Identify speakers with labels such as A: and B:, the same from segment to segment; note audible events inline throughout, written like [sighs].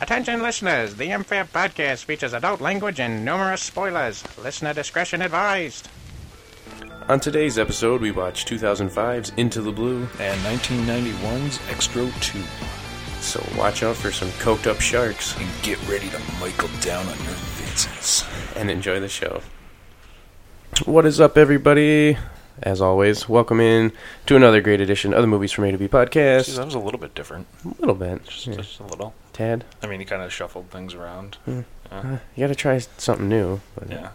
A: Attention listeners, the Unfair Podcast features adult language and numerous spoilers. Listener discretion advised.
B: On today's episode, we watch 2005's Into the Blue,
C: and 1991's Extro 2.
B: so watch out for some coked up sharks
C: And get ready to Michael down on your faces.
B: and enjoy the show. What is up, everybody? As always, welcome in to another great edition of the Movies from A to B
C: Jeez,
B: podcast.
C: that was a little bit different.
B: A little bit.
C: Just,
B: yeah.
C: just a little.
B: Tad, Uh,
C: I mean, he kind of shuffled things around.
B: you gotta try something new. But
C: Yeah.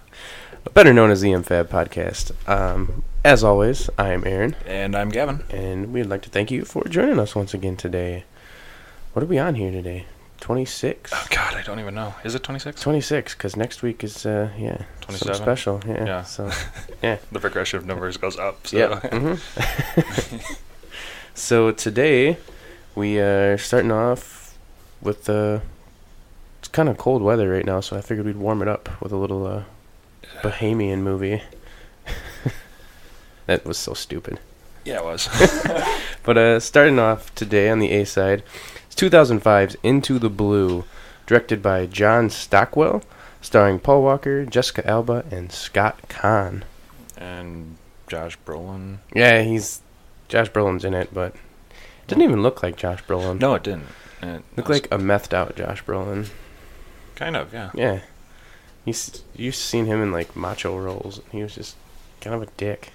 B: Better known as the MFAB podcast. Um, as always, I am Aaron,
C: And I'm Gavin.
B: and we'd like to thank you for joining us once again today. What are we on here today? 26?
C: Oh, God, I don't even know. Is it 26?
B: 26 because next week is uh yeah something
C: 27?
B: special yeah,
C: Yeah.
B: so
C: The progression of numbers goes up. [laughs] So. [laughs]
B: yeah mhm. so today we are starting off with uh it's kind of cold weather right now so i figured we'd warm it up with a little uh bahamian movie [laughs] that was so stupid
C: yeah,
B: [laughs]
C: it was.
B: but uh starting off today on the a side it's 2005's into the blue directed by john stockwell starring paul walker jessica alba and scott kahn
C: and Josh Brolin.
B: Yeah, he's Josh Brolin's in it, but it didn't even look like Josh Brolin.
C: No, it didn't. It
B: looked
C: was-
B: like a methed out Josh Brolin.
C: Kind of, yeah.
B: Yeah, he's you've seen him in like macho roles. and He was just kind of a dick.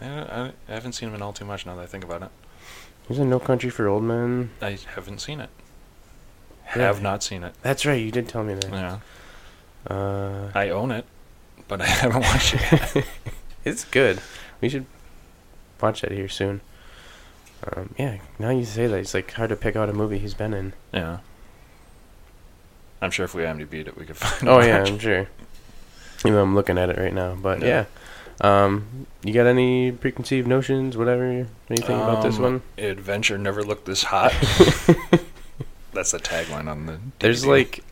C: I, I, I haven't seen him in all too much now that I think about it.
B: He was in No Country for Old Men.
C: I haven't seen it.
B: Yeah.
C: Have not seen it.
B: That's right, you did tell me that.
C: Yeah.
B: Uh,
C: I own it, but I [laughs] haven't watched it yet.
B: it's good. We should watch that here soon. Um, yeah, now you say that it's like hard to pick out a movie he's been in.
C: Yeah. I'm sure if we IMDb'd it, we could [laughs] find
B: Oh
C: a
B: yeah,
C: bunch.
B: I'm sure. Even though I'm looking at it right now, but
C: Yeah.
B: yeah. Um, you got any preconceived notions, whatever, anything about this
C: Um,
B: one?
C: Adventure never looked
B: [laughs]
C: this hot. That's the tagline on the.
B: There's
C: DVD.
B: like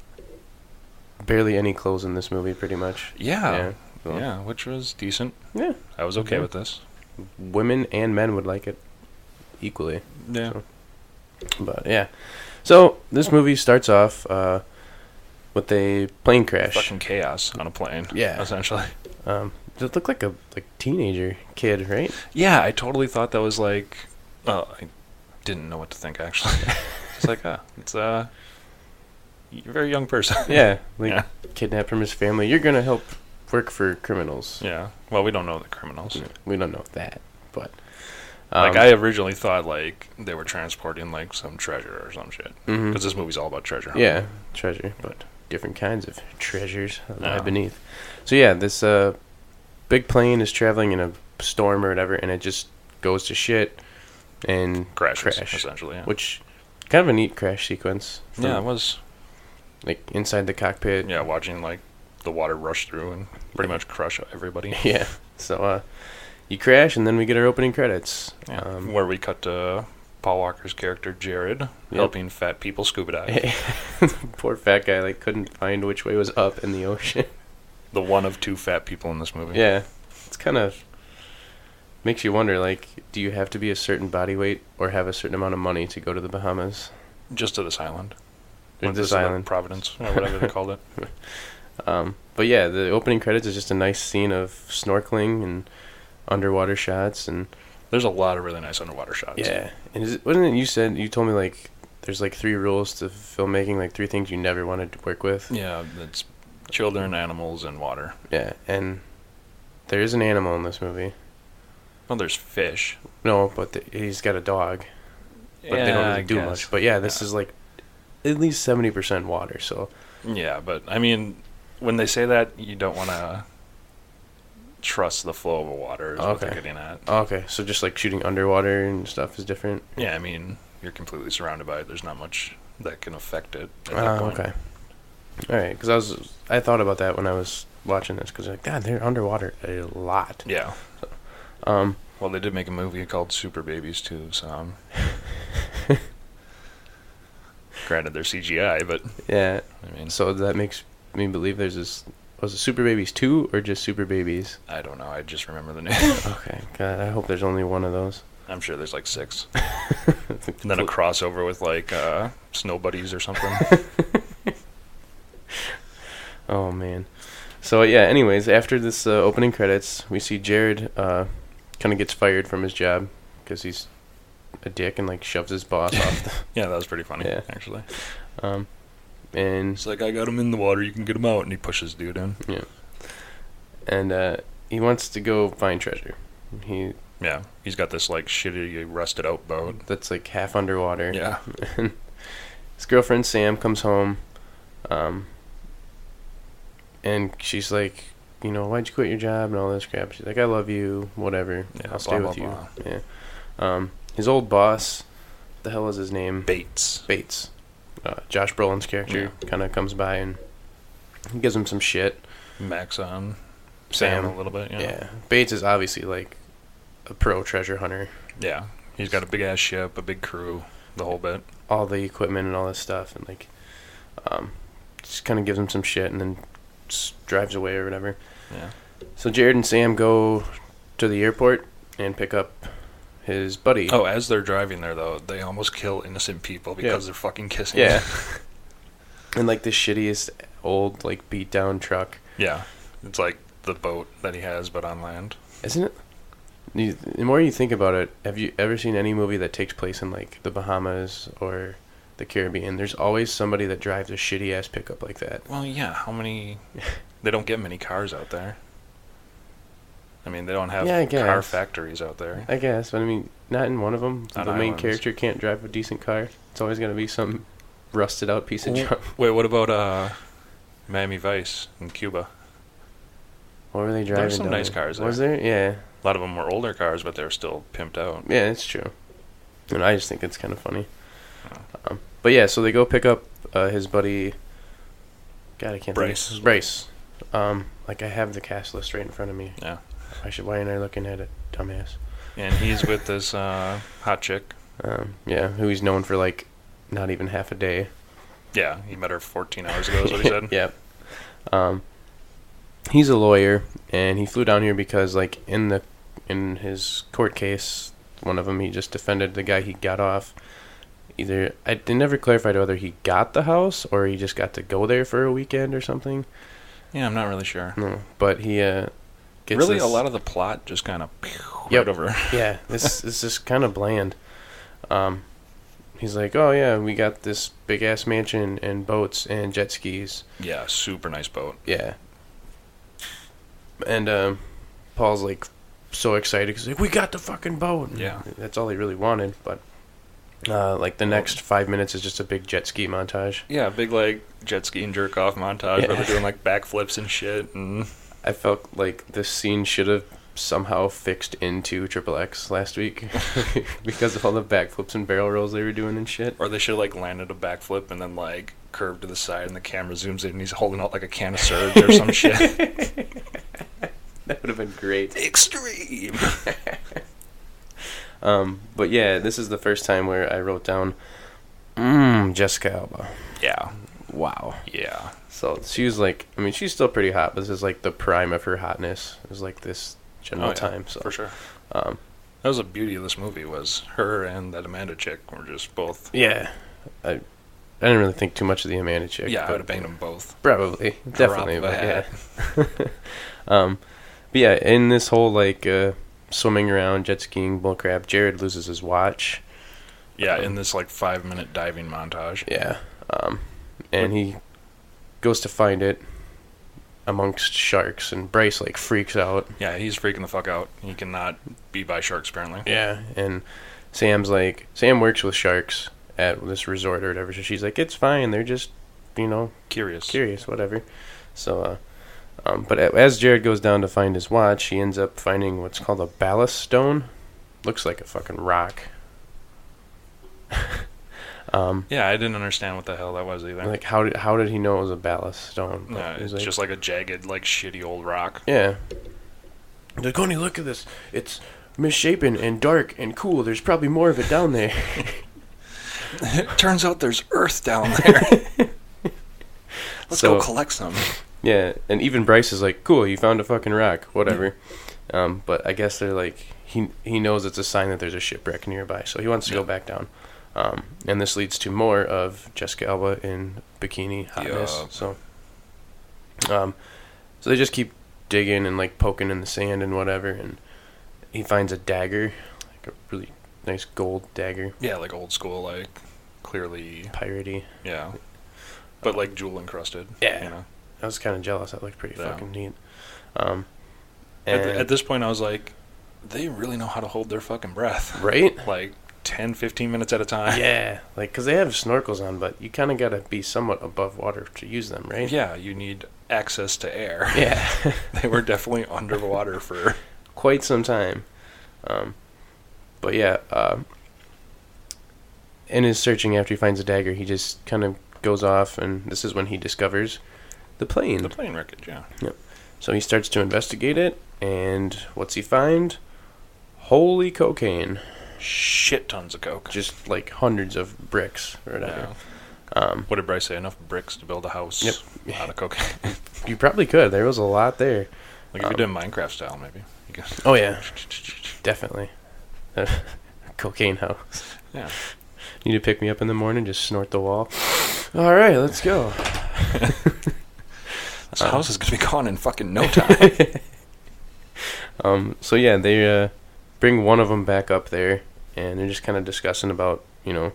B: barely any clothes in this movie, pretty much.
C: Yeah. Yeah,
B: well,
C: which was decent.
B: Yeah.
C: I was okay
B: Yeah.
C: with this.
B: Women and men would like it equally.
C: Yeah.
B: So- But yeah, so this movie starts off uh, with a plane crash.
C: Fucking chaos on a plane.
B: Yeah.
C: Essentially.
B: Um, it looked like a like teenager kid, right?
C: Yeah, I totally thought that was like. Oh, I didn't know what to
B: [laughs]
C: think, actually. it's like, ah, it's uh, you're a very young person.
B: Yeah, like
C: Yeah.
B: kidnapped from his family. You're gonna help work for criminals.
C: Yeah. Well, we don't know the criminals.
B: We don't know that, but um,
C: like I originally thought, like they were transporting like some treasure or some shit.
B: Mhm.
C: Because this movie's all about treasure. hunt.
B: yeah, treasure, but different kinds of treasures lie
C: Yeah.
B: beneath. So yeah, this uh, big plane is traveling in a storm or whatever, and it just goes to shit and
C: crashes
B: crash,
C: essentially. Yeah.
B: which kind of a neat crash sequence. from,
C: yeah, it was.
B: like inside the cockpit.
C: Yeah, watching like the water rush through and pretty much crush
B: [laughs]
C: everybody.
B: yeah. So uh, you crash, and then we get our opening credits.
C: Yeah.
B: [laughs] Um,
C: Where we cut to Paul Walker's character Jared helping fat people
B: [laughs]
C: scuba dive.
B: poor fat guy like couldn't find which way was up in the ocean. [laughs]
C: the one of two fat people in this movie.
B: Yeah, it's kind of makes you wonder. Like, do you have to be a certain body weight or have a certain amount of money to go to the Bahamas?
C: Just to this island.
B: Or
C: Went to
B: this
C: some
B: island.
C: Providence, or whatever they
B: [laughs]
C: called it.
B: Um, but yeah, the opening credits is just a nice scene of snorkeling and underwater shots, and
C: There's a lot of really nice underwater shots.
B: yeah. And is it, wasn't it you said you told me like there's like three rules to filmmaking, like three things you never wanted to work with.
C: Yeah, it's children, animals, and water.
B: Yeah, and there is an animal in this movie.
C: Well, there's fish.
B: No, but the, he's got a dog, but they don't
C: Yeah, I
B: really do
C: guess.
B: much. But yeah, this
C: Yeah.
B: is like at least seventy percent water, so.
C: Yeah, but I mean, when they say that, you don't want to trust the flow of the water. Is what they're
B: Okay.
C: getting at.
B: Oh, okay, so just like shooting underwater and stuff is different.
C: Yeah, I mean, you're completely surrounded by it. There's not much that can affect it. At that
B: Oh,
C: point.
B: okay. All right, because I was I thought about that when I was watching this because like God, they're underwater a lot.
C: Yeah.
B: Um,
C: Well, they did make a movie called Super Babies too. So, um,
B: [laughs]
C: granted, they're CGI, but
B: yeah.
C: I mean,
B: So that makes me believe there's this was it Super Babies two or just Super Babies?
C: I don't know. I just remember the name.
B: Okay, God, I hope there's only one of those.
C: I'm sure there's
B: [laughs]
C: like six. and then a crossover with like uh, Snow Buddies
B: [laughs]
C: or something.
B: Oh man. So yeah. Anyways, after this uh, opening credits, we see Jared uh, kind of gets fired from his job because he's a dick and like shoves his boss off.
C: [laughs] yeah, that was pretty funny,
B: Yeah.
C: actually.
B: The, um, and
C: It's like, I got him in the water. You can get him out. And he pushes dude in.
B: and uh, he wants to go find treasure. He
C: Yeah. He's got this like shitty, rusted out boat.
B: that's like half underwater.
C: Yeah.
B: His girlfriend Sam comes home, um, and she's like, you know, why'd you quit your job and all this crap? She's like, I love you, whatever.
C: Yeah,
B: I'll
C: blah,
B: stay
C: blah,
B: with
C: blah.
B: you. Yeah. Um, his old boss, the hell is his name?
C: Bates.
B: Bates, uh, Josh Brolin's character, kind of comes by and gives him some shit.
C: Max on
B: Sam.
C: Sam, a little bit.
B: Yeah.
C: Yeah. yeah.
B: Bates is obviously like a pro treasure hunter.
C: He's got a big ass ship, a big crew, the whole bit.
B: All the equipment and all this stuff, and like, um, just kind of gives him some shit, and then s drives away or whatever.
C: Yeah.
B: So Jared and Sam go to the airport and pick up his buddy.
C: Oh, as they're driving there though, they almost kill innocent people
B: Yeah.
C: because they're fucking kissing.
B: yeah. [laughs] and like the shittiest old like beat down truck,
C: [laughs] yeah. It's like the boat that he has, but on land.
B: isn't it? You, the more you think about it, have you ever seen any movie that takes place in like the Bahamas or the Caribbean? There's always somebody that drives a shitty ass pickup like that.
C: Well, yeah.
B: [laughs]
C: How many? they don't get many cars out there. I mean, they don't have
B: Yeah, I
C: car
B: guess.
C: factories out there.
B: I guess, but I mean, not in one of them.
C: On
B: the main
C: islands.
B: character can't drive a decent car. It's always gonna be some rusted out piece of
C: Well,
B: junk. [laughs]
C: Wait, what about uh, Miami Vice in Cuba?
B: What were they driving?
C: There were some
B: down
C: nice cars
B: Was there? Yeah.
C: A lot of them were older cars, but they're still pimped out.
B: Yeah, it's true. And I just think it's kind of funny. Um, but yeah, so they go pick up uh, his buddy. God, I can't.
C: Bryce.
B: Think of- Bryce. Um, like I have the cast list right in front of me.
C: Yeah.
B: I should. Why aren't I looking at it, dumbass?
C: And he's with this uh, hot chick.
B: Um, yeah, who he's known for like not even half a day.
C: Yeah, he met her 14 hours ago. Is what he [laughs] said.
B: [laughs] yep. Um, he's a lawyer, and he flew down here because, like, in the in his court case, one of them he just defended the guy he got off. Either I they never clarified whether he got the house or he just got to go there for a weekend or something.
C: Yeah, I'm not really sure.
B: No, but he uh, gets
C: really,
B: this-
C: a lot of the plot just kind of
B: Yep.
C: right over.
B: yeah,
C: [laughs]
B: this is just kind of bland. Um, he's like, oh yeah, we got this big ass mansion and boats and jet skis.
C: Yeah, super nice boat.
B: Yeah. And um, Paul's like so excited because like we got the fucking boat. And
C: Yeah.
B: that's all he really wanted. But uh, like the next five minutes is just a big jet ski montage.
C: Yeah, big like jet ski and jerk off montage
B: Yeah.
C: where they're doing [laughs] like backflips and shit. And
B: I felt like this scene should have somehow fixed into Triple X last week [laughs] because of all the backflips and barrel rolls they were doing and shit.
C: or they should have like landed a backflip and then like curved to the side and the camera zooms in and he's holding out like a can of surge or [laughs] some shit.
B: [laughs] That would have been great.
C: Extreme.
B: Um, but yeah, this is the first time where I wrote down, mmm, Jessica Alba.
C: Yeah,
B: Wow.
C: yeah.
B: So she was like, I mean, she's still pretty hot, but this is like the prime of her hotness. It was like this general
C: Oh, yeah,
B: time. So
C: for sure.
B: Um,
C: that was the beauty of this movie was her and that Amanda chick were just both.
B: yeah, I, I didn't really think too much of the Amanda chick.
C: yeah, I
B: but
C: would have banged them both.
B: probably, definitely,
C: Drop of a
B: but yeah.
C: hat.
B: [laughs] Um, but yeah, in this whole like uh, swimming around, jet skiing, bull crap, Jared loses his watch.
C: Yeah,
B: Um,
C: in this like five minute diving montage.
B: Yeah, um, and he goes to find it amongst sharks, and Bryce like freaks out.
C: Yeah, he's freaking the fuck out. He cannot be by sharks apparently.
B: Yeah, and Sam's like, Sam works with sharks at this resort or whatever, so she's like, it's fine. They're just, you know,
C: Curious.
B: curious, whatever. So, uh, um, but a- as Jared goes down to find his watch, he ends up finding what's called a ballast stone. Looks like a fucking rock. um,
C: Yeah, I didn't understand what the hell that was either.
B: like how did how did he know it was a ballast stone? But
C: yeah,
B: he's
C: it's
B: like-
C: just like a jagged, like shitty old
B: [laughs]
C: rock.
B: Yeah. Like, Coney, look at this. It's misshapen and dark and cool. There's probably more of it down there. [laughs]
C: Turns out there's earth down there.
B: Let's go So- [laughs]
C: collect some.
B: Yeah, and even Bryce is like, "Cool, you found a fucking rock, whatever." um, but I guess they're like, he he knows it's a sign that there's a shipwreck nearby, so he wants to go
C: Yeah.
B: back down. Um, and this leads to more of Jessica Alba in bikini hotness.
C: Yup.
B: So, um, so they just keep digging and like poking in the sand and whatever, and he finds a dagger, like a really nice gold dagger,
C: Yeah, like old school, like clearly,
B: piratey.
C: yeah, but like jewel encrusted.
B: Yeah.
C: you know.
B: I was kind of jealous. That looked pretty
C: Yeah.
B: fucking neat. Um,
C: At,
B: and-
C: th- at this point, I was like, they really know how to hold their fucking breath,
B: right?
C: like 10, 15 minutes at a
B: [laughs]
C: time.
B: yeah, like because they have snorkels on, but you kind of gotta be somewhat above water to use them, right?
C: Yeah, you need access to air. [laughs]
B: Yeah,
C: they were definitely [laughs] underwater for
B: [laughs] quite some time. Um, but yeah, uh, in his searching after he finds a dagger, he just kind of goes off, and this is when he discovers the plane.
C: the plane wreckage. Yeah,
B: so he starts to investigate it, and what's he find? Holy cocaine!
C: shit tons of coke.
B: Just like hundreds of bricks or whatever.
C: Yeah.
B: Um,
C: What did Bryce say? Enough bricks to build a house
B: Yep.
C: out of cocaine.
B: you probably could. There was a lot there.
C: [laughs] like if you did Minecraft style, maybe. You could [laughs]
B: Oh yeah, Definitely. [laughs] Cocaine house.
C: Yeah.
B: You need to pick me up in the morning, just snort the wall. All right, let's go.
C: This house is gonna be gone in fucking [laughs] no time.
B: Um, so yeah, they uh, bring one of them back up there, and they're just kind of discussing about you know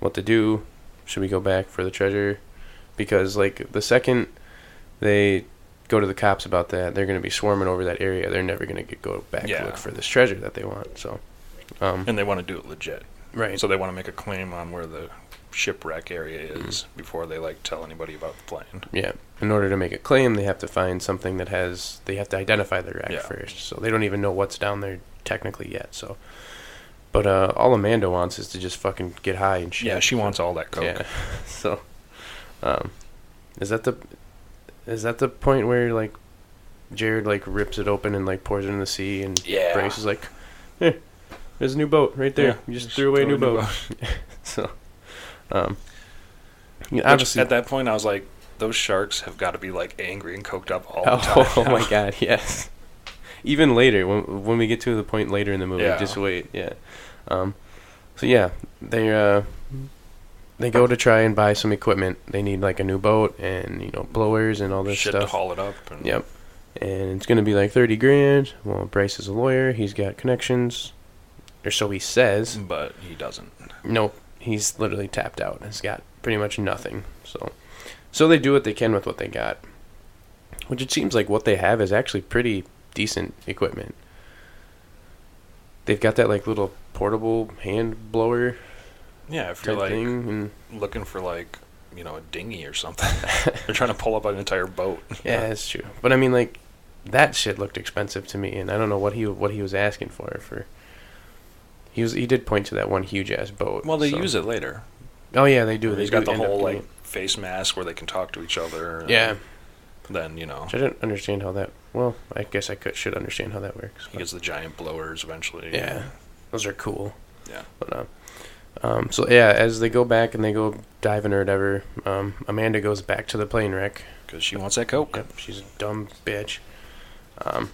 B: what to do. Should we go back for the treasure? Because like the second they go to the cops about that, they're going to be swarming over that area. They're never going to go back
C: Yeah.
B: to look for this treasure that they want. So, um,
C: and they want to do it legit.
B: right.
C: So they want to make a claim on where the shipwreck area is before they like tell anybody about the plane.
B: Yeah. In order to make a claim, they have to find something that has. They have to identify the wreck
C: Yeah.
B: first. So they don't even know what's down there technically yet. So, but uh, all Amanda wants is to just fucking get high and shit.
C: Yeah, she wants all that coke.
B: Yeah. [laughs] so, um, is that the, is that the point where like, Jared like rips it open and like pours it in the sea and
C: Yeah.
B: Brace is like, eh, there's a new boat right there.
C: Yeah,
B: You just, threw away a
C: throw
B: new, boat. [laughs] so, um, yeah,
C: Which,
B: obviously
C: at that point, I was like, those sharks have got to be like angry and coked up all the time.
B: Oh, [laughs] my god, yes. Even later, when when we get to the point later in the movie,
C: Yeah.
B: just wait, yeah. Um, so yeah, they uh, they go to try and buy some equipment. They need like a new boat and you know blowers and all this
C: Shit to
B: stuff.
C: haul it up. And
B: Yep. And it's gonna be like thirty grand. Well, Bryce is a lawyer. He's got connections, or so he says.
C: But he doesn't.
B: Nope, he's literally tapped out. He's got pretty much nothing. So, so they do what they can with what they got, which it seems like what they have is actually pretty decent equipment. They've got that like little portable hand blower
C: Yeah, if you're
B: type
C: like
B: thing, and
C: looking for like, you know, a dinghy
B: [laughs]
C: or something, they're trying to pull up an entire boat.
B: yeah, that's true. But I mean, like that shit looked expensive to me, and I don't know what he what he was asking for for. He was he did point to that one huge ass boat.
C: Well, they
B: so-
C: use it later.
B: Oh yeah, they do. They
C: He's got
B: do
C: the
B: end up
C: whole
B: doing
C: like uh, face mask where they can talk to each other.
B: it. yeah.
C: Then you know
B: Which I didn't understand how that. Well, I guess I could, should understand how that works.
C: he gets the giant blowers eventually.
B: yeah, those are cool.
C: Yeah.
B: But um, um, so yeah, as they go back and they go diving or whatever, um, Amanda goes back to the plane wreck.
C: Because she wants that coke.
B: Yep, she's a dumb bitch. Um,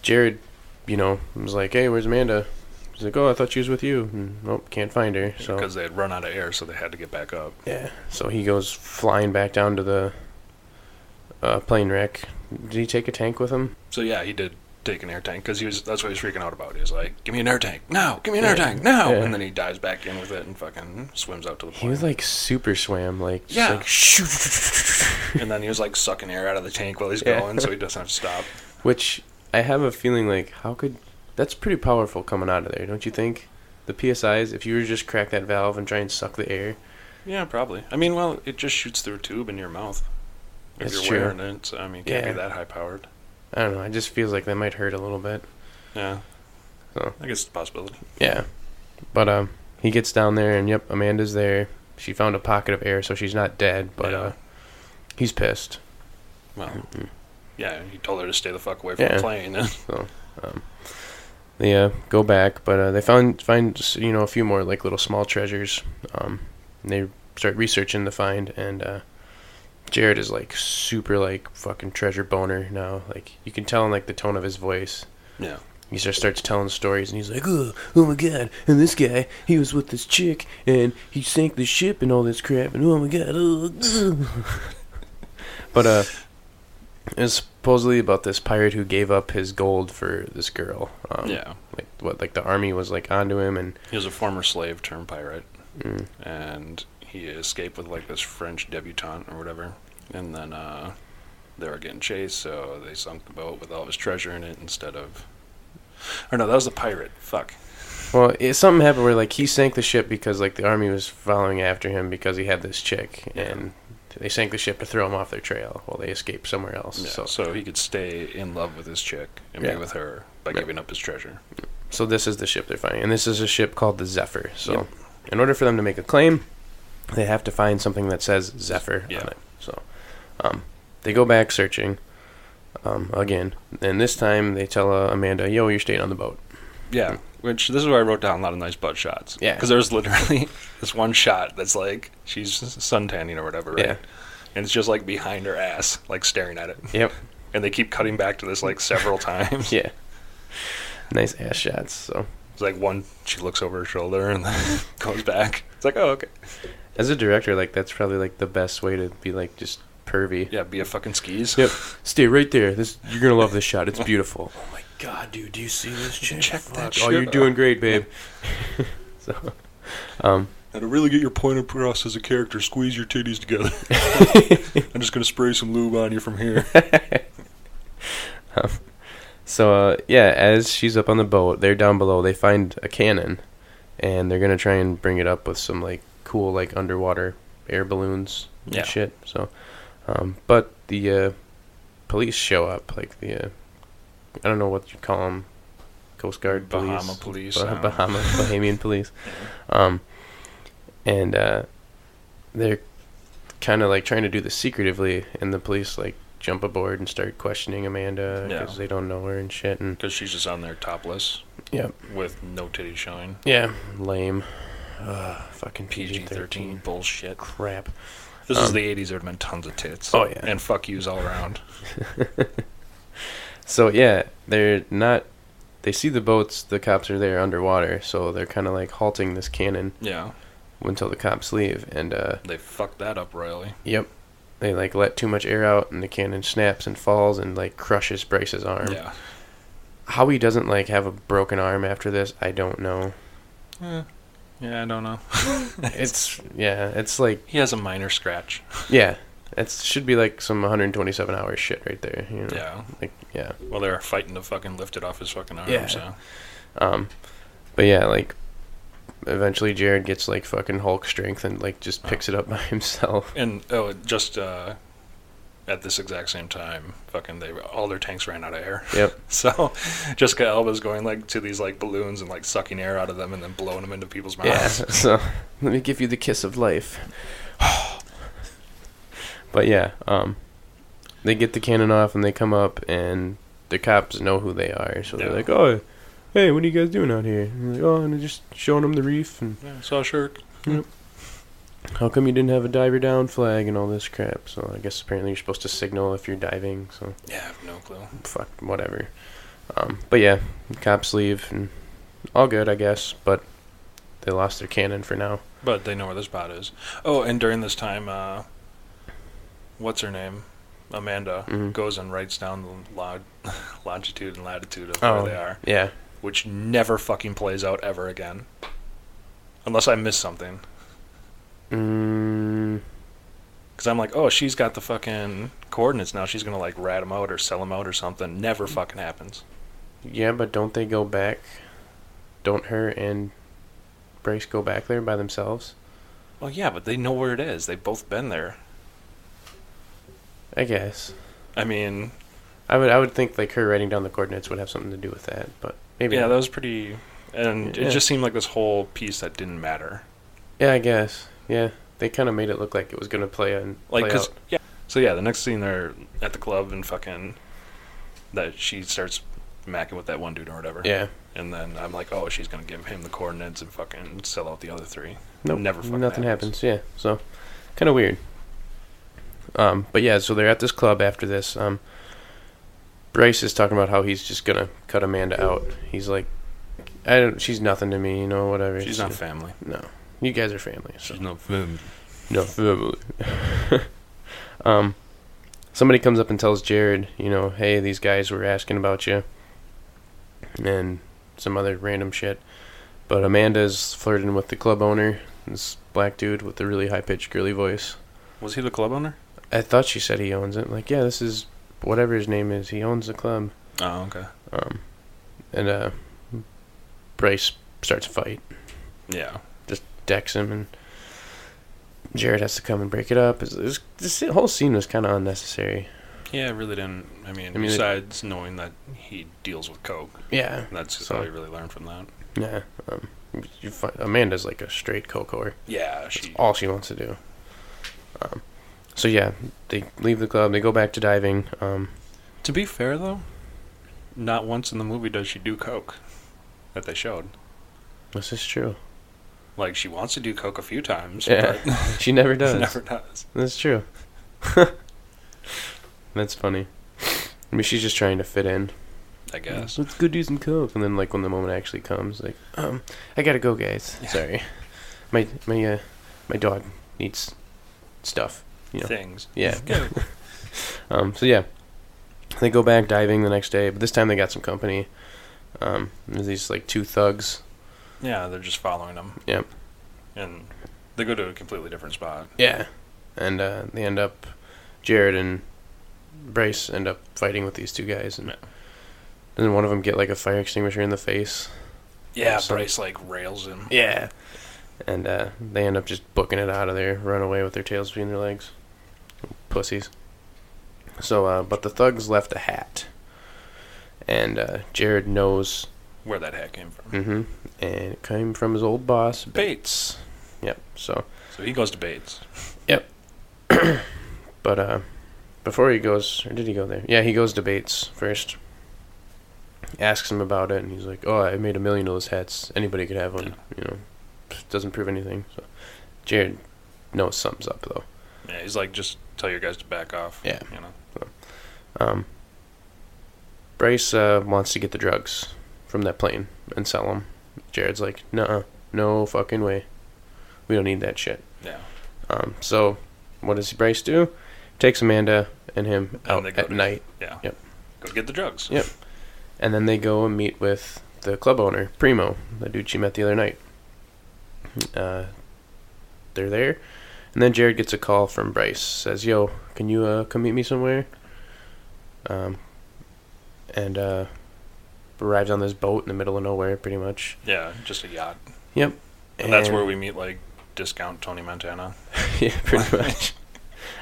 B: Jared, you know, was like, "Hey, where's Amanda?" He's like, "Oh, I thought she was with you." And, nope, can't find her. So
C: Because they had run out of air, so they had to get back up.
B: Yeah. So he goes flying back down to the uh, plane wreck. Did he take a tank with him?
C: So yeah, he did take an air tank because he was. That's what he was freaking out about. He was like, "Give me an air tank now! Give me an air
B: Yeah.
C: tank now!"
B: Yeah.
C: And then he dives back in with it and fucking swims out to the plane.
B: He was like super swam, like just,
C: Yeah.
B: like, [laughs] shoo-
C: and then he was like sucking air out of the tank while he's
B: Yeah.
C: going, so he doesn't have to stop.
B: which I have a feeling like how could that's pretty powerful coming out of there, don't you think? The psi's, if you were to just crack that valve and try and suck the air,
C: Yeah, probably. I mean, well, it just shoots through a tube in your mouth. If
B: That's
C: you're
B: true.
C: wearing it, so, I mean, it can't
B: Yeah.
C: be that high powered.
B: I don't know. It just feels like that might hurt a little bit.
C: Yeah.
B: So.
C: I guess it's a possibility.
B: Yeah, but um, he gets down there and yep, Amanda's there. She found a pocket of air, so she's not dead, but
C: Yeah.
B: uh, he's pissed.
C: Well, yeah, he told her to stay the fuck away from
B: Mm-hmm. Yeah.
C: the plane. [laughs] And
B: They uh, go back, but uh, they found find you know a few more like little small treasures. Um, and they start researching the find, and uh, Jared is like super like fucking treasure boner now. Like you can tell in like the tone of his voice.
C: Yeah.
B: He just starts telling stories and he's like, oh, oh my god, and this guy, he was with this chick and he sank the ship and all this crap and oh my god, oh, oh." [laughs] but uh, it's supposedly about this pirate who gave up his gold for this girl. Um,
C: yeah.
B: Like what? Like the army was like onto him and
C: He was a former slave turned pirate,
B: mm,
C: and he escaped with like this French debutante or whatever. And then uh, they were getting chased, so they sunk the boat with all of his treasure in it instead of. Or no, that was the pirate. Fuck.
B: well, it, something happened where like he sank the ship because like the army was following after him because he had this chick
C: Yeah.
B: and they sank the ship to throw him off their trail while they escaped somewhere else.
C: Yeah, so.
B: So
C: he could stay in love with his chick and
B: Yeah.
C: be with her by
B: Right.
C: giving up his treasure.
B: So this is the ship they're finding, and this is a ship called the Zephyr. So,
C: Yep.
B: in order for them to make a claim, they have to find something that says Zephyr
C: Yeah.
B: on it. So, um, they go back searching um, again, and this time they tell uh, Amanda, "Yo, you're staying on the boat."
C: Yeah, which this is where I wrote down a lot of nice butt shots.
B: Mm-hmm. Yeah.
C: because there's literally [laughs] this one shot that's like she's suntanning or whatever, right?
B: Yeah.
C: And it's just like behind her ass, like staring at it.
B: Yep.
C: And they keep cutting back to this like several [laughs]
B: [laughs]
C: times.
B: yeah. Nice ass shots. So,
C: It's like one, she looks over her shoulder and then [laughs] goes back. It's like, oh, okay.
B: as a director, like that's probably like the best way to be like just pervy.
C: Yeah, be a fucking skis.
B: Yep. Stay right there. This you're gonna love this shot. It's beautiful. Oh my god, dude! Do you see this? Chick?
C: Check that
B: Oh, you're
C: shit
B: doing
C: out.
B: great, babe. so, um,
C: And to really get your point across as a character, squeeze your titties together. I'm just gonna spray some lube on you from here.
B: so uh, yeah, as she's up on the boat, they're down below. They find a cannon, and they're gonna try and bring it up with some like cool like underwater air balloons and
C: Yeah.
B: shit. So, um, but the uh, police show up, like the uh, I don't know what you call them, Coast Guard police,
C: Bahama police,
B: Bah-
C: I don't know. [laughs]
B: Bahama Bahamian police, um, and uh, they're kind of like trying to do this secretively, and the police like jump aboard and start questioning Amanda
C: Yeah.
B: because they don't know her and shit, and
C: Because she's just on there topless.
B: Yep.
C: With no titties showing.
B: yeah, lame, Ugh, fucking PG thirteen
C: PG-13 bullshit.
B: crap.
C: This is
B: Um,
C: the 80s. There'd have been tons of tits.
B: Oh, yeah.
C: And fuck yous all around.
B: So yeah, they're not. They see the boats. The cops are there underwater, so they're kind of like halting this cannon
C: Yeah.
B: until the cops leave. And uh,
C: They fucked that up royally.
B: yep, they like let too much air out, and the cannon snaps and falls and like crushes Bryce's arm.
C: Yeah.
B: How he doesn't like have a broken arm after this, I don't
C: [laughs]
B: know.
A: Uh,
C: Yeah, I don't know.
B: it's yeah, it's like
C: He has a minor scratch.
B: yeah, it should be like some 127 hour shit right there. You know?
C: Yeah.
B: like yeah.
C: Well, they're fighting to fucking lift it off his fucking arm.
B: Yeah.
C: So.
B: Um, but yeah, like eventually Jared gets like fucking Hulk strength and like just picks it up by [laughs] himself.
C: And oh, it just uh, at this exact same time, fucking they all their tanks ran out of air.
B: Yep.
C: [laughs] So Jessica Alba's going like to these like balloons and like sucking air out of them and then blowing them into people's
B: Yeah.
C: mouths.
B: [laughs] So let me give you the kiss of life. [sighs] but yeah, um, they get the cannon off and they come up and the cops know who they are, so they're
C: Yeah.
B: like, oh. Hey, what are you guys doing out here? And they're like, oh, and they're just showing them the reef and
C: Yeah, saw a shark.
B: How come you didn't have a diver down flag and all this crap? So I guess apparently you're supposed to signal if you're diving. So
C: Yeah, I have no clue.
B: fuck whatever. Um, but yeah, cops leave and all good, I guess. But they lost their cannon for now.
C: But they know where the spot is. Oh, and during this time, uh, what's her name? Amanda
B: Mhm.
C: goes and writes down the log- [laughs] longitude and latitude of
B: Oh.
C: where they are,
B: Yeah,
C: which never fucking plays out ever again. Unless I miss something.
B: mm,
C: Because I'm like, oh, she's got the fucking coordinates now. She's going to, like, rat them out or sell them out or something. Never fucking happens.
B: yeah, but don't they go back? Don't her and Bryce go back there by themselves?
C: Well, yeah, but they know where it is. They've both been there.
B: I guess.
C: I mean,
B: I would. I would think like her writing down the coordinates would have something to do with that. But maybe.
C: yeah,
B: not.
C: that was pretty. And
B: Yeah.
C: it just seemed like this whole piece that didn't matter.
B: Yeah, I guess. Yeah, they kind of made it look like it was gonna play on. play
C: like because
B: out.
C: yeah so yeah the next scene they're at the club and fucking that she starts macking with that one dude or whatever
B: Yeah.
C: and then i'm like oh she's gonna give him the coordinates and fucking sell out the other three
B: Nope.
C: Never fucking
B: nothing happens.
C: happens.
B: Yeah. So, kind of weird. Um, but yeah, so they're at this club after this. Um, Bryce is talking about how he's just gonna cut Amanda out. He's like, I don't. She's nothing to me, you know. Whatever.
C: She's not family.
B: No, you guys are family. So.
D: She's not family.
B: No [laughs] family. um, somebody comes up and tells Jared, you know, hey, these guys were asking about you, and some other random shit. But Amanda's flirting with the club owner, this black dude with the really high pitched girly voice.
C: Was he the club owner?
B: I thought she said he owns it. Like, yeah, this is whatever his name is. He owns the club.
C: Oh, okay.
B: Um, and uh, Bryce starts a fight,
C: Yeah.
B: decks him, and Jared has to come and break it up. It's- it's- This whole scene was kind of unnecessary.
C: Yeah, I really didn't. I mean,
B: I mean, it-
C: besides knowing that he deals with coke,
B: Yeah,
C: that's just
B: So-
C: all you really learned from that.
B: yeah. Um, you find, Amanda's like a straight coke whore.
C: Yeah, she.
B: all she wants to do. Um, so yeah, they leave the club. They go back to diving. Um,
C: To be fair, though, not once in the movie does she do coke that they showed.
B: this is true.
C: Like she wants to do coke a few times,
B: Yeah.
C: but
B: She never
C: she
B: does.
C: [laughs] never does.
B: That's true.
C: [laughs]
B: That's funny. I mean, she's just trying to fit in.
C: I
B: Mm-hmm.
C: guess.
B: Let's go do some coke, and then like when the moment actually comes, like, um, I gotta go, guys. Sorry, my my uh, my dog needs stuff. You know.
C: Things.
B: Yeah.
C: Go.
B: Um, so yeah, they go back diving the next day, but this time they got some company. Um, there's these like two thugs
C: Yeah, they're just following him.
B: Yep.
C: And they go to a completely different spot.
B: Yeah, and uh, they end up Jared and Bryce end up fighting with these two guys, and
C: Yeah.
B: doesn't one of them get like a fire extinguisher in the face?
C: Yeah,
B: So-
C: Bryce like rails him.
B: Yeah, and uh, they end up just booking it out of there, run away with their tails between their legs, pussies. So, uh, but the thugs left a hat, and uh, Jared knows,
C: Where that hat came from.
B: hmm and it came from his old boss
C: Bates.
B: Yep. So
C: So he goes to Bates.
B: But uh, before he goes, or did he go there? Yeah, he goes to Bates first. Asks him about it, and he's like, "Oh, I made a million of those hats. Anybody could have one. You know, doesn't prove anything." So Jared knows something's up though.
C: Yeah, he's like, just tell your guys to back off.
B: Yeah.
C: You know.
B: Um, Bryce uh, wants to get the drugs from that plane and sell them. Jared's like, "Nuh, no fucking way. We don't need that shit."
C: Yeah.
B: Um, so what does Bryce do? Takes Amanda and him
C: And
B: out
C: they go
B: at
C: to-
B: night.
C: Yeah.
B: Yep.
C: Go get the drugs.
B: Yep. And then they go and meet with the club owner, Primo, the dude she met the other night. Uh, they're there. And then Jared gets a call from Bryce. Says, yo, can you uh, come meet me somewhere? Um, and uh, arrives on this boat in the middle of nowhere, pretty much.
C: Yeah, just a yacht.
B: And,
C: And Oh, that's where we meet like discount Tony Montana.
B: [laughs] yeah, pretty much.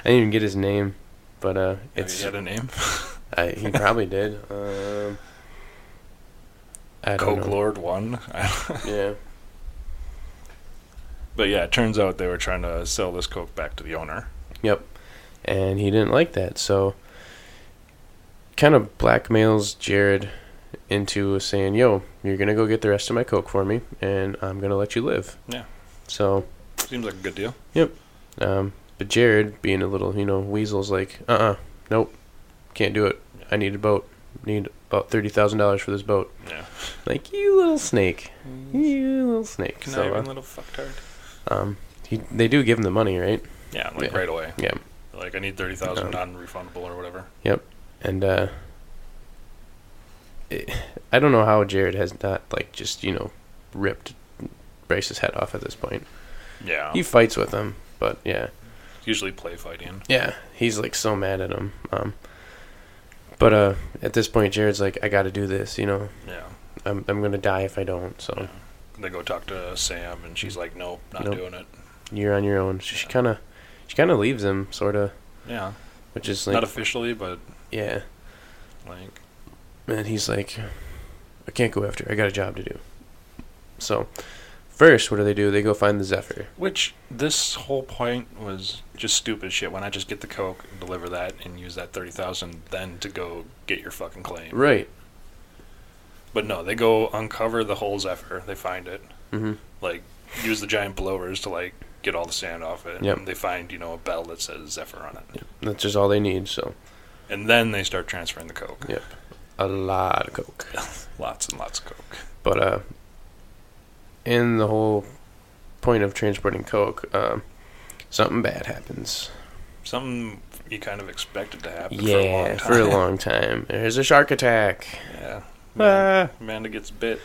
B: I didn't even get his name. But uh,
C: It's
B: it's
C: he had a name.
B: I,
C: [laughs]
B: he probably did. Um, I don't
C: Coke
B: know.
C: Lord One.
B: Yeah.
C: but yeah, it turns out they were trying to sell this coke back to the owner.
B: Yep. And he didn't like that, so kind of blackmails Jared into saying, "Yo, you're going to go get the rest of my coke for me and I'm going to let you live."
C: Yeah.
B: So,
C: Seems like a good deal.
B: um but Jared being a little, you know, weasel's like, "Uh-uh. Nope. Can't do it. I need a boat. Need about $30,000 for this boat."
C: Yeah.
B: Like, "You little snake. You little snake." so, uh,
C: little fucktard.
B: um he, they do give him the money, right?
C: Yeah, like
B: Yeah.
C: right away.
B: Yeah.
C: Like I need thirty thousand non-refundable or whatever.
B: and uh it, I don't know how Jared has not like just you know ripped Bryce's head off at this point.
C: Yeah,
B: He fights with him, but yeah,
C: usually play fighting.
B: yeah, he's like so mad at him. Um, but uh, at this point, Jared's like, I got to do this. You know,
C: Yeah,
B: I'm I'm gonna die if I don't. So
C: they go talk to Sam, and she's like, "Nope, not
B: Nope.
C: doing it."
B: you're on your own. So she kind of she kind of leaves him, sort of,
C: Yeah,
B: which is
C: not
B: like
C: officially, but
B: yeah.
C: like,
B: And he's like, I can't go after. her. I got a job to do. So first, what do they do? They go find the Zephyr.
C: which this whole point was just stupid shit. Why not just get the coke, deliver that, and use that thirty thousand then to go get your fucking claim?
B: Right.
C: But no, they go uncover the whole Zephyr. They find it.
B: hmm
C: Like, use the giant blowers to like get all the sand off it.
B: Yep.
C: And they find, you know, a bell that says Zephyr on it.
B: That's just all they need. So
C: And then they start transferring the coke.
B: a lot of coke.
C: Lots and lots of coke.
B: But uh, in the whole point of transporting coke, um, something bad happens.
C: Something you kind of expected to happen
B: yeah,
C: for a long
B: long
C: time.
B: time. There's a shark attack. [laughs]
C: yeah.
B: Ah.
C: Man- Amanda gets bit.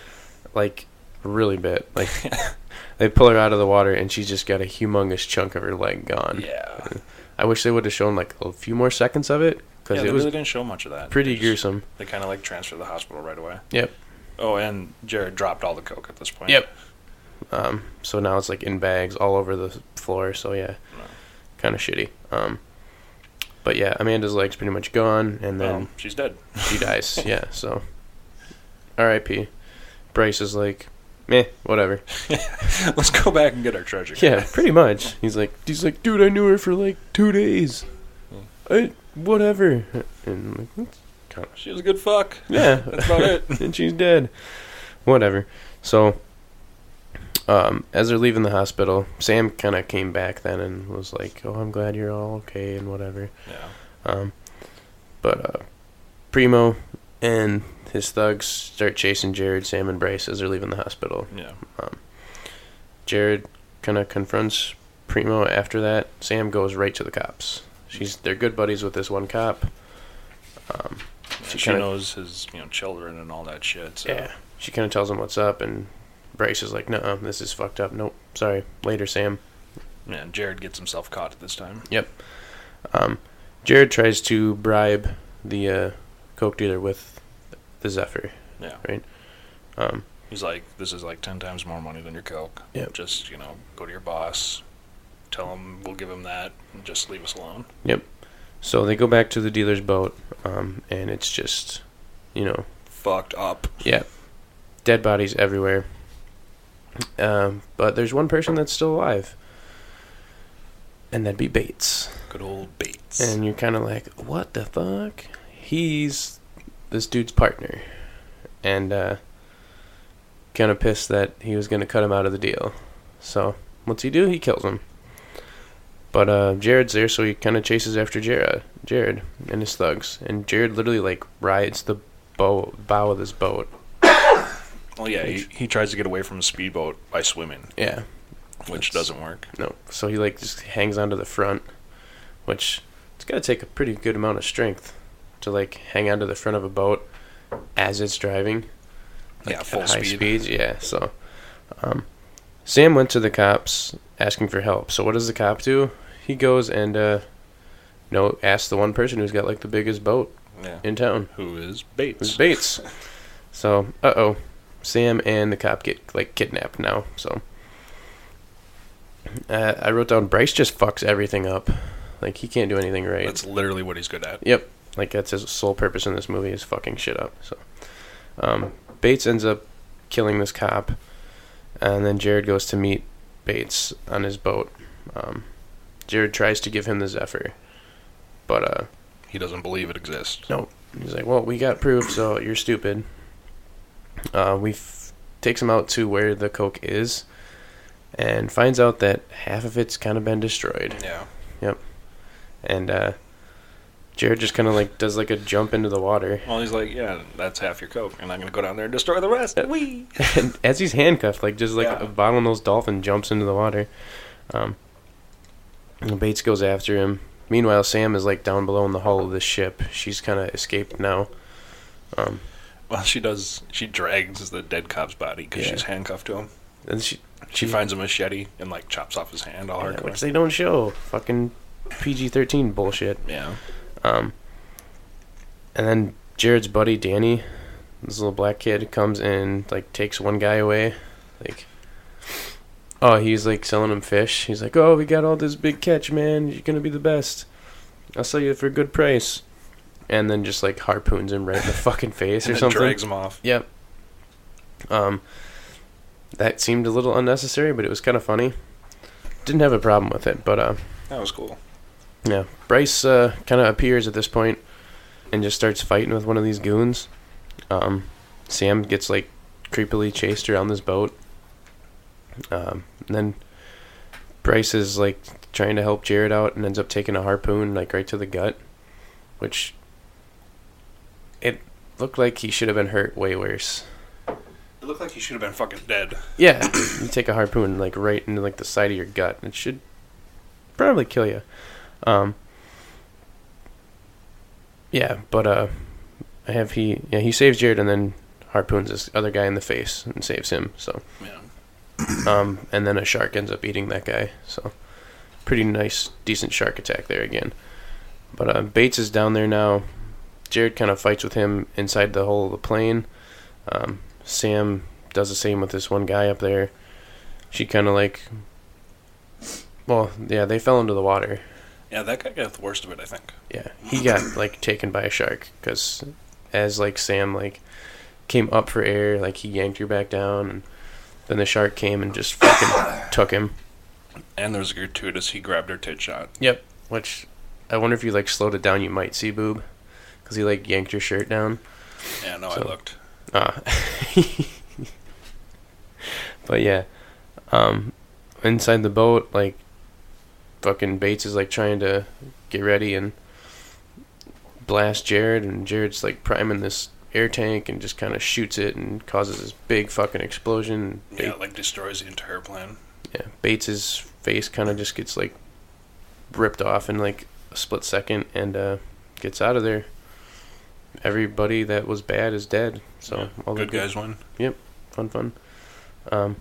B: like really bad.
C: [laughs]
B: Like they pull her out of the water and she's just got a humongous chunk of her leg gone.
C: Yeah.
B: I wish they would have shown like a few more seconds of it
C: Yeah,
B: because
C: they
B: it was
C: really didn't show much of that.
B: pretty
C: They just-
B: gruesome.
C: They kind of like transfer to the hospital right away.
B: Yep.
C: Oh, and Jared dropped all the coke at this point.
B: Yep. Um, so now it's like in bags all over the floor. So yeah,
C: Wow.
B: kind of shitty. Um, but yeah, Amanda's leg's pretty much gone, and then
C: Um, she's dead. [laughs]
B: she dies. Yeah. So, R.I.P. Bryce is like, meh, whatever.
C: Let's go back and get our treasure.
B: Yeah, pretty much. He's like, he's like, dude, I knew her for like two days. I, whatever. And I'm like, "That's kind of,
C: She was a good fuck.
B: yeah,
C: That's about it.
B: and she's dead. Whatever. So, um, as they're leaving the hospital, Sam kind of came back then and was like, "Oh, I'm glad you're all okay and whatever."
C: Yeah.
B: Um, but uh, Primo and his thugs start chasing Jared, Sam, and Bryce as they're leaving the hospital.
C: Yeah.
B: Jared kind of confronts Primo after that. Sam goes right to the cops. She's they're good buddies with this one cop. Um,
C: She,
B: kinda-
C: knows his, you know, children and all that shit. So.
B: yeah, she kind of tells him what's up, and Bryce is like, "No, this is fucked up. Nope, sorry. Later, Sam."
C: Man, Jared gets himself caught at this time.
B: Um, Jared tries to bribe the uh, coke dealer with the Zephyr.
C: Yeah.
B: Um,
C: He's like, this is like 10 times more money than your coke.
B: Yep.
C: Just, you know, go to your boss, tell him we'll give him that, and just leave us alone.
B: so they go back to the dealer's boat, um, and it's just, you know,
C: Fucked up.
B: Yeah. Dead bodies everywhere. Um, but there's one person that's still alive. And that'd be Bates.
C: Good old Bates.
B: And you're kind of like, what the fuck? He's this dude's partner. And uh, kind of pissed that he was going to cut him out of the deal. So, what's he do? He kills him. But uh, Jared's there, so he kind of chases after Jared, Jared and his thugs. And Jared literally, like, rides the bow, bow of this boat.
C: well, yeah, he, he tries to get away from the speedboat by swimming,
B: Yeah,
C: which
B: That's-
C: doesn't work.
B: no. So he like just hangs onto the front, which it's got to take a pretty good amount of strength to like hang onto the front of a boat as it's driving
C: yeah,
B: at
C: full
B: high
C: speed.
B: speeds. Yeah. So, um, Sam went to the cops asking for help. So what does the cop do? He goes and uh, you know, asks the one person who's got like the biggest boat
C: Yeah.
B: in town.
C: Who is
B: It was
C: Bates?
B: Bates. so, uh oh, Sam and the cop get like kidnapped now. So, uh, I wrote down Bryce just fucks everything up. Like he can't do anything right.
C: That's literally what he's good at.
B: Yep. Like that's his sole purpose in this movie is fucking shit up. So um, Bates ends up killing this cop, and then Jared goes to meet Bates on his boat. Um, Jared tries to give him the Zephyr, but uh,
C: He doesn't believe it exists.
B: He's like, "Well, we got proof, so you're stupid." Uh, we f- takes him out to where the coke is, and finds out that half of it's kind of been destroyed.
C: Yeah.
B: And uh, Jared just kind of like does like a jump into the water, [laughs]
C: Well, he's like, yeah, that's half your coke, and I'm gonna go down there and destroy the rest. Wee.
B: and as he's handcuffed, like just like
C: Yeah.
B: a bottlenose dolphin jumps into the water. Um, and Bates goes after him. Meanwhile, Sam is like down below in the hull of the ship. She's kind of escaped now. Um,
C: Well, she does. She drags the dead cop's body because
B: Yeah.
C: she's handcuffed to him.
B: and she
C: She finds a machete and like chops off his hand all
B: Yeah,
C: hardcore.
B: which they don't show. Fucking PG thirteen bullshit.
C: yeah.
B: Um, and then Jared's buddy Danny, this little black kid, comes and like takes one guy away, like. Oh, he's like selling him fish. He's like, "Oh, we got all this big catch, man. You're gonna be the best. I'll sell you for a good price." And then just like harpoons him
C: [laughs]
B: right in the fucking face
C: And
B: or
C: then
B: something.
C: drags him off.
B: Yep. Um, that seemed a little unnecessary, but it was kind of funny. Didn't have a problem with it, but uh,
C: That was cool.
B: yeah. Bryce uh, kind of appears at this point and just starts fighting with one of these goons. Um, Sam gets like creepily chased around this boat. Um, and then Bryce is like trying to help Jared out and ends up taking a harpoon like right to the gut, which it looked like he should have been hurt way worse.
C: It looked like he should have been fucking dead.
B: Yeah, [coughs] you take a harpoon like right into like the side of your gut. It should probably kill you. Um, yeah, but uh, I have he yeah he saves Jared and then harpoons this other guy in the face and saves him. So
C: Yeah.
B: um, and then a shark ends up eating that guy. So, pretty nice, decent shark attack there again. But uh, Bates is down there now. Jared kind of fights with him inside the hull of the plane. Um, Sam does the same with this one guy up there. She kind of like, well, yeah, they fell into the water.
C: Yeah, that guy got the worst of it, I think.
B: Yeah, he got like taken by a shark because as like Sam like came up for air, like he yanked her back down, and then the shark came and just fucking took him.
C: And there was a gratuitous, he grabbed her tit shot.
B: Yep. Which I wonder if you like slowed it down, you might see boob, because he like yanked your shirt down.
C: Yeah, no,
B: So-
C: I looked.
B: Ah. [laughs] but yeah, um, inside the boat, like fucking Bates is like trying to get ready and blast Jared, and Jared's like priming this air tank and just kind of shoots it and causes this big fucking explosion.
C: Yeah, it, like destroys the entire plan.
B: yeah, Bates's face kind of just gets like ripped off in like a split second and uh, gets out of there. Everybody that was bad is dead. So all the
C: Good
B: good
C: guys win.
B: fun, fun. Um,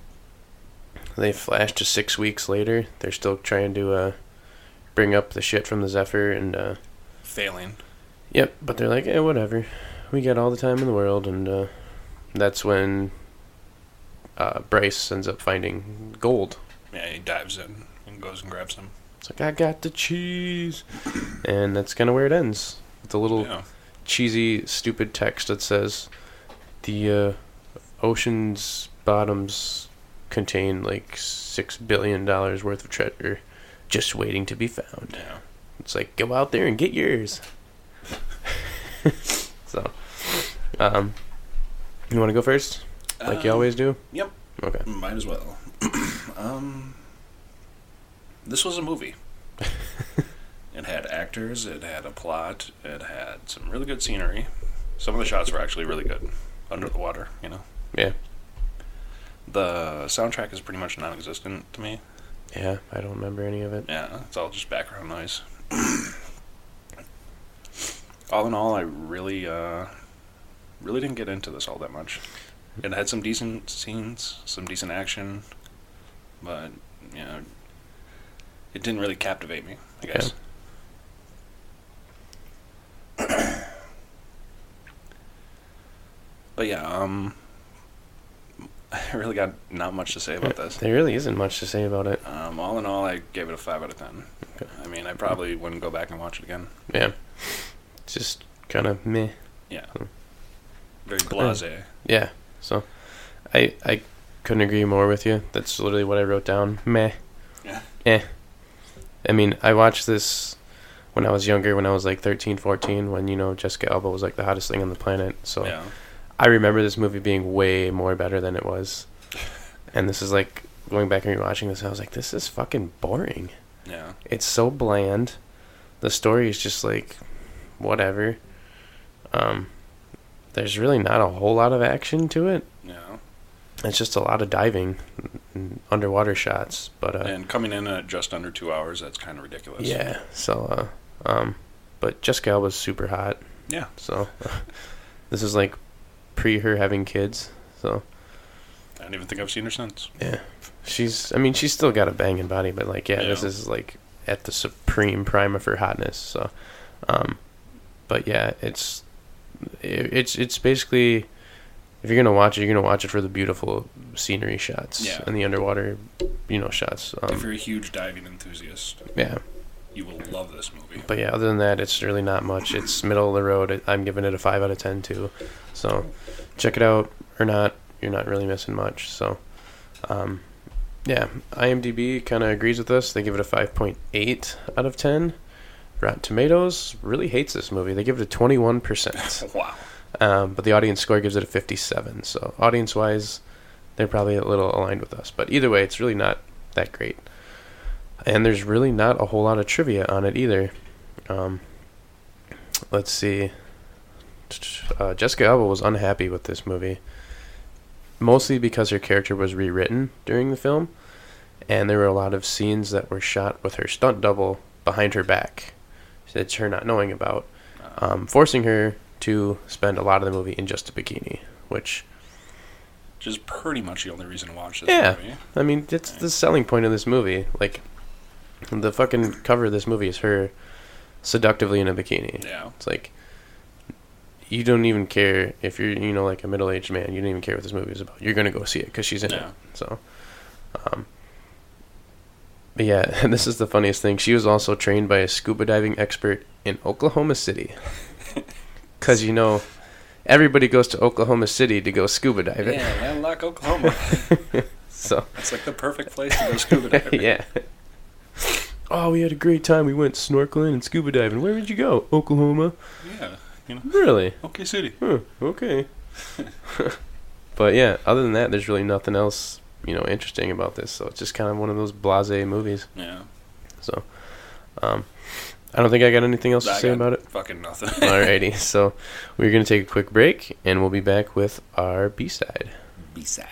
B: they flash to six weeks later. They're still trying to uh, bring up the shit from the Zephyr, and uh,
C: Failing.
B: yep, but they're like, eh, whatever. We got all the time in the world, and uh, that's when uh, Bryce ends up finding gold.
C: Yeah, he dives in and goes and grabs him.
B: It's like I got the cheese, and that's kind of where it ends. With a little
C: Yeah.
B: cheesy, stupid text that says, "The uh, ocean's bottoms contain like six billion dollars worth of treasure, just waiting to be found."
C: Yeah.
B: It's like go out there and get yours. [laughs] so, um, you want to go first, like you
C: Um,
B: always do?
C: yep.
B: Okay.
C: Might as well. [clears throat] um, this was
B: [laughs]
C: a movie. it had actors, it had a plot, it had some really good scenery. Some of the shots were actually really good under the water, you know?
B: Yeah.
C: The soundtrack is pretty much non existent to me.
B: Yeah, I don't remember any of it.
C: Yeah, it's all just background noise. [clears throat] all in all, I really, uh, really didn't get into this all that much. It had some decent scenes, some decent action, but you know, it didn't really captivate me. I guess. but yeah, um, [laughs] I really got not much to say about this.
B: There really isn't much to say about it.
C: Um, all in all, I gave it a five out of ten.
B: Okay.
C: I mean, I probably wouldn't go back and watch it again.
B: Yeah, it's just kind of meh.
C: Very blasé.
B: Yeah. So, I I couldn't agree more with you. That's literally what I wrote down. Meh.
C: Yeah.
B: Eh. I mean, I watched this when I was younger, when I was like 13, 14, when you know Jessica Alba was like the hottest thing on the planet. So
C: Yeah,
B: I remember this movie being way more better than it
C: [laughs]
B: was. And this is like going back and rewatching this. I was like, this is fucking boring.
C: yeah.
B: It's so bland. The story is just like whatever. Um, there's really not a whole lot of action to it
C: Yeah,
B: it's just a lot of diving and underwater shots but uh
C: and coming in at just under two hours, that's kind of ridiculous.
B: yeah so uh um but jessica Alba's super hot
C: Yeah.
B: so [laughs] this is like pre her having kids so
C: I don't even think I've seen her since.
B: she's i mean she's still got a banging body but like yeah, this
C: Yeah.
B: is like at the supreme prime of her hotness so um but yeah it's it, it's it's basically if you're gonna watch it you're gonna watch it for the beautiful scenery shots
C: Yeah.
B: and the underwater you know shots
C: if
B: um,
C: you're a huge diving enthusiast,
B: yeah
C: you will love this
B: [laughs]
C: movie.
B: But yeah, other than that, it's really not much. It's middle of the road. It- I'm giving it a five out of ten too. So check it out or not, you're not really missing much. So um, yeah, IMDb kind of agrees with us. They give it a five point eight out of ten. Rotten Tomatoes really hates this movie. They give it a twenty one percent,
C: Wow.
B: um, but the audience score gives it a fifty seven. So audience wise, they're probably a little aligned with us. But either way, it's really not that great. And there's really not a whole lot of trivia on it either. Um, let's see. Uh, Jessica Alba was unhappy with this movie, mostly because her character was rewritten during the film, and there were a lot of scenes that were shot with her stunt double behind her back that her not knowing about, um, forcing her to spend a lot of the movie in just a bikini, which
C: Which is pretty much the only reason to watch this
B: Yeah.
C: movie.
B: I mean, that's the selling point of this movie. Like, the fucking cover of this movie is her seductively in a bikini.
C: Yeah.
B: It's like you don't even care if you're, you know, like a middle-aged man. You don't even care what this movie is about. You're gonna go see it because she's in
C: Yeah.
B: it. So, um, but yeah, [laughs] and this is the funniest thing. She was also trained by a scuba diving expert in Oklahoma
C: [laughs]
B: City, because you know, everybody goes to Oklahoma City to go scuba diving.
C: Yeah,
B: [laughs]
C: landlocked Oklahoma.
B: So
C: It's like the perfect place to go scuba
B: [laughs]
C: diving.
B: yeah. Oh, we had a great time. We went snorkeling and scuba diving. Where did you go? Oklahoma.
C: Yeah.
B: Really?
C: Okay, City.
B: Huh, okay. [laughs] but yeah, other than that, there's really nothing else, you know, interesting about this. So it's just kind of one of those blasé movies.
C: Yeah.
B: So, um, I don't think I got anything else to
C: I
B: say
C: got
B: about
C: [laughs]
B: it.
C: Fucking nothing.
B: Alrighty, so we're gonna take a quick break, and we'll be back with our B side.
C: B-side.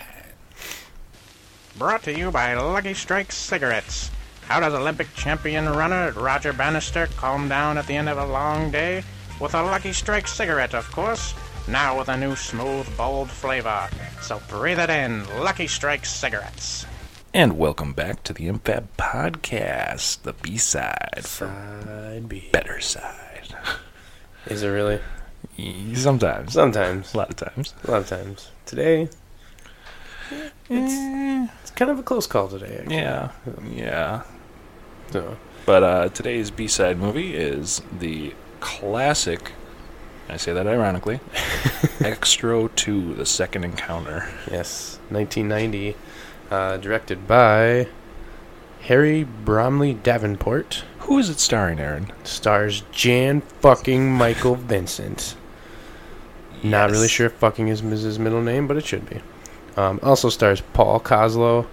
A: Brought to you by Lucky Strike Cigarettes. How does Olympic champion runner Roger Bannister calm down at the end of a long day? With a Lucky Strike cigarette, of course. Now with a new smooth, bold flavor. So breathe it in. Lucky Strike Cigarettes.
C: And welcome back to the MFAB podcast, the B-side for
B: Side B.
C: better side.
B: [laughs] Is it really?
C: Sometimes.
B: Sometimes,
C: A lot of times.
B: a lot of times. Today, it's it's kind of a close call today. Actually.
C: Eh, Yeah. Yeah.
B: So,
C: But uh, today's B side movie is the classic, I say that [laughs] ironically, Extro 2, The Second Encounter.
B: Yes, 1990, uh, directed by Harry Bromley Davenport,
C: Who is it starring, Aaron?
B: stars Jan fucking Michael Vincent. Not really
C: Yes.
B: sure if fucking is his middle name, but it should be. Um, also stars Paul Coslow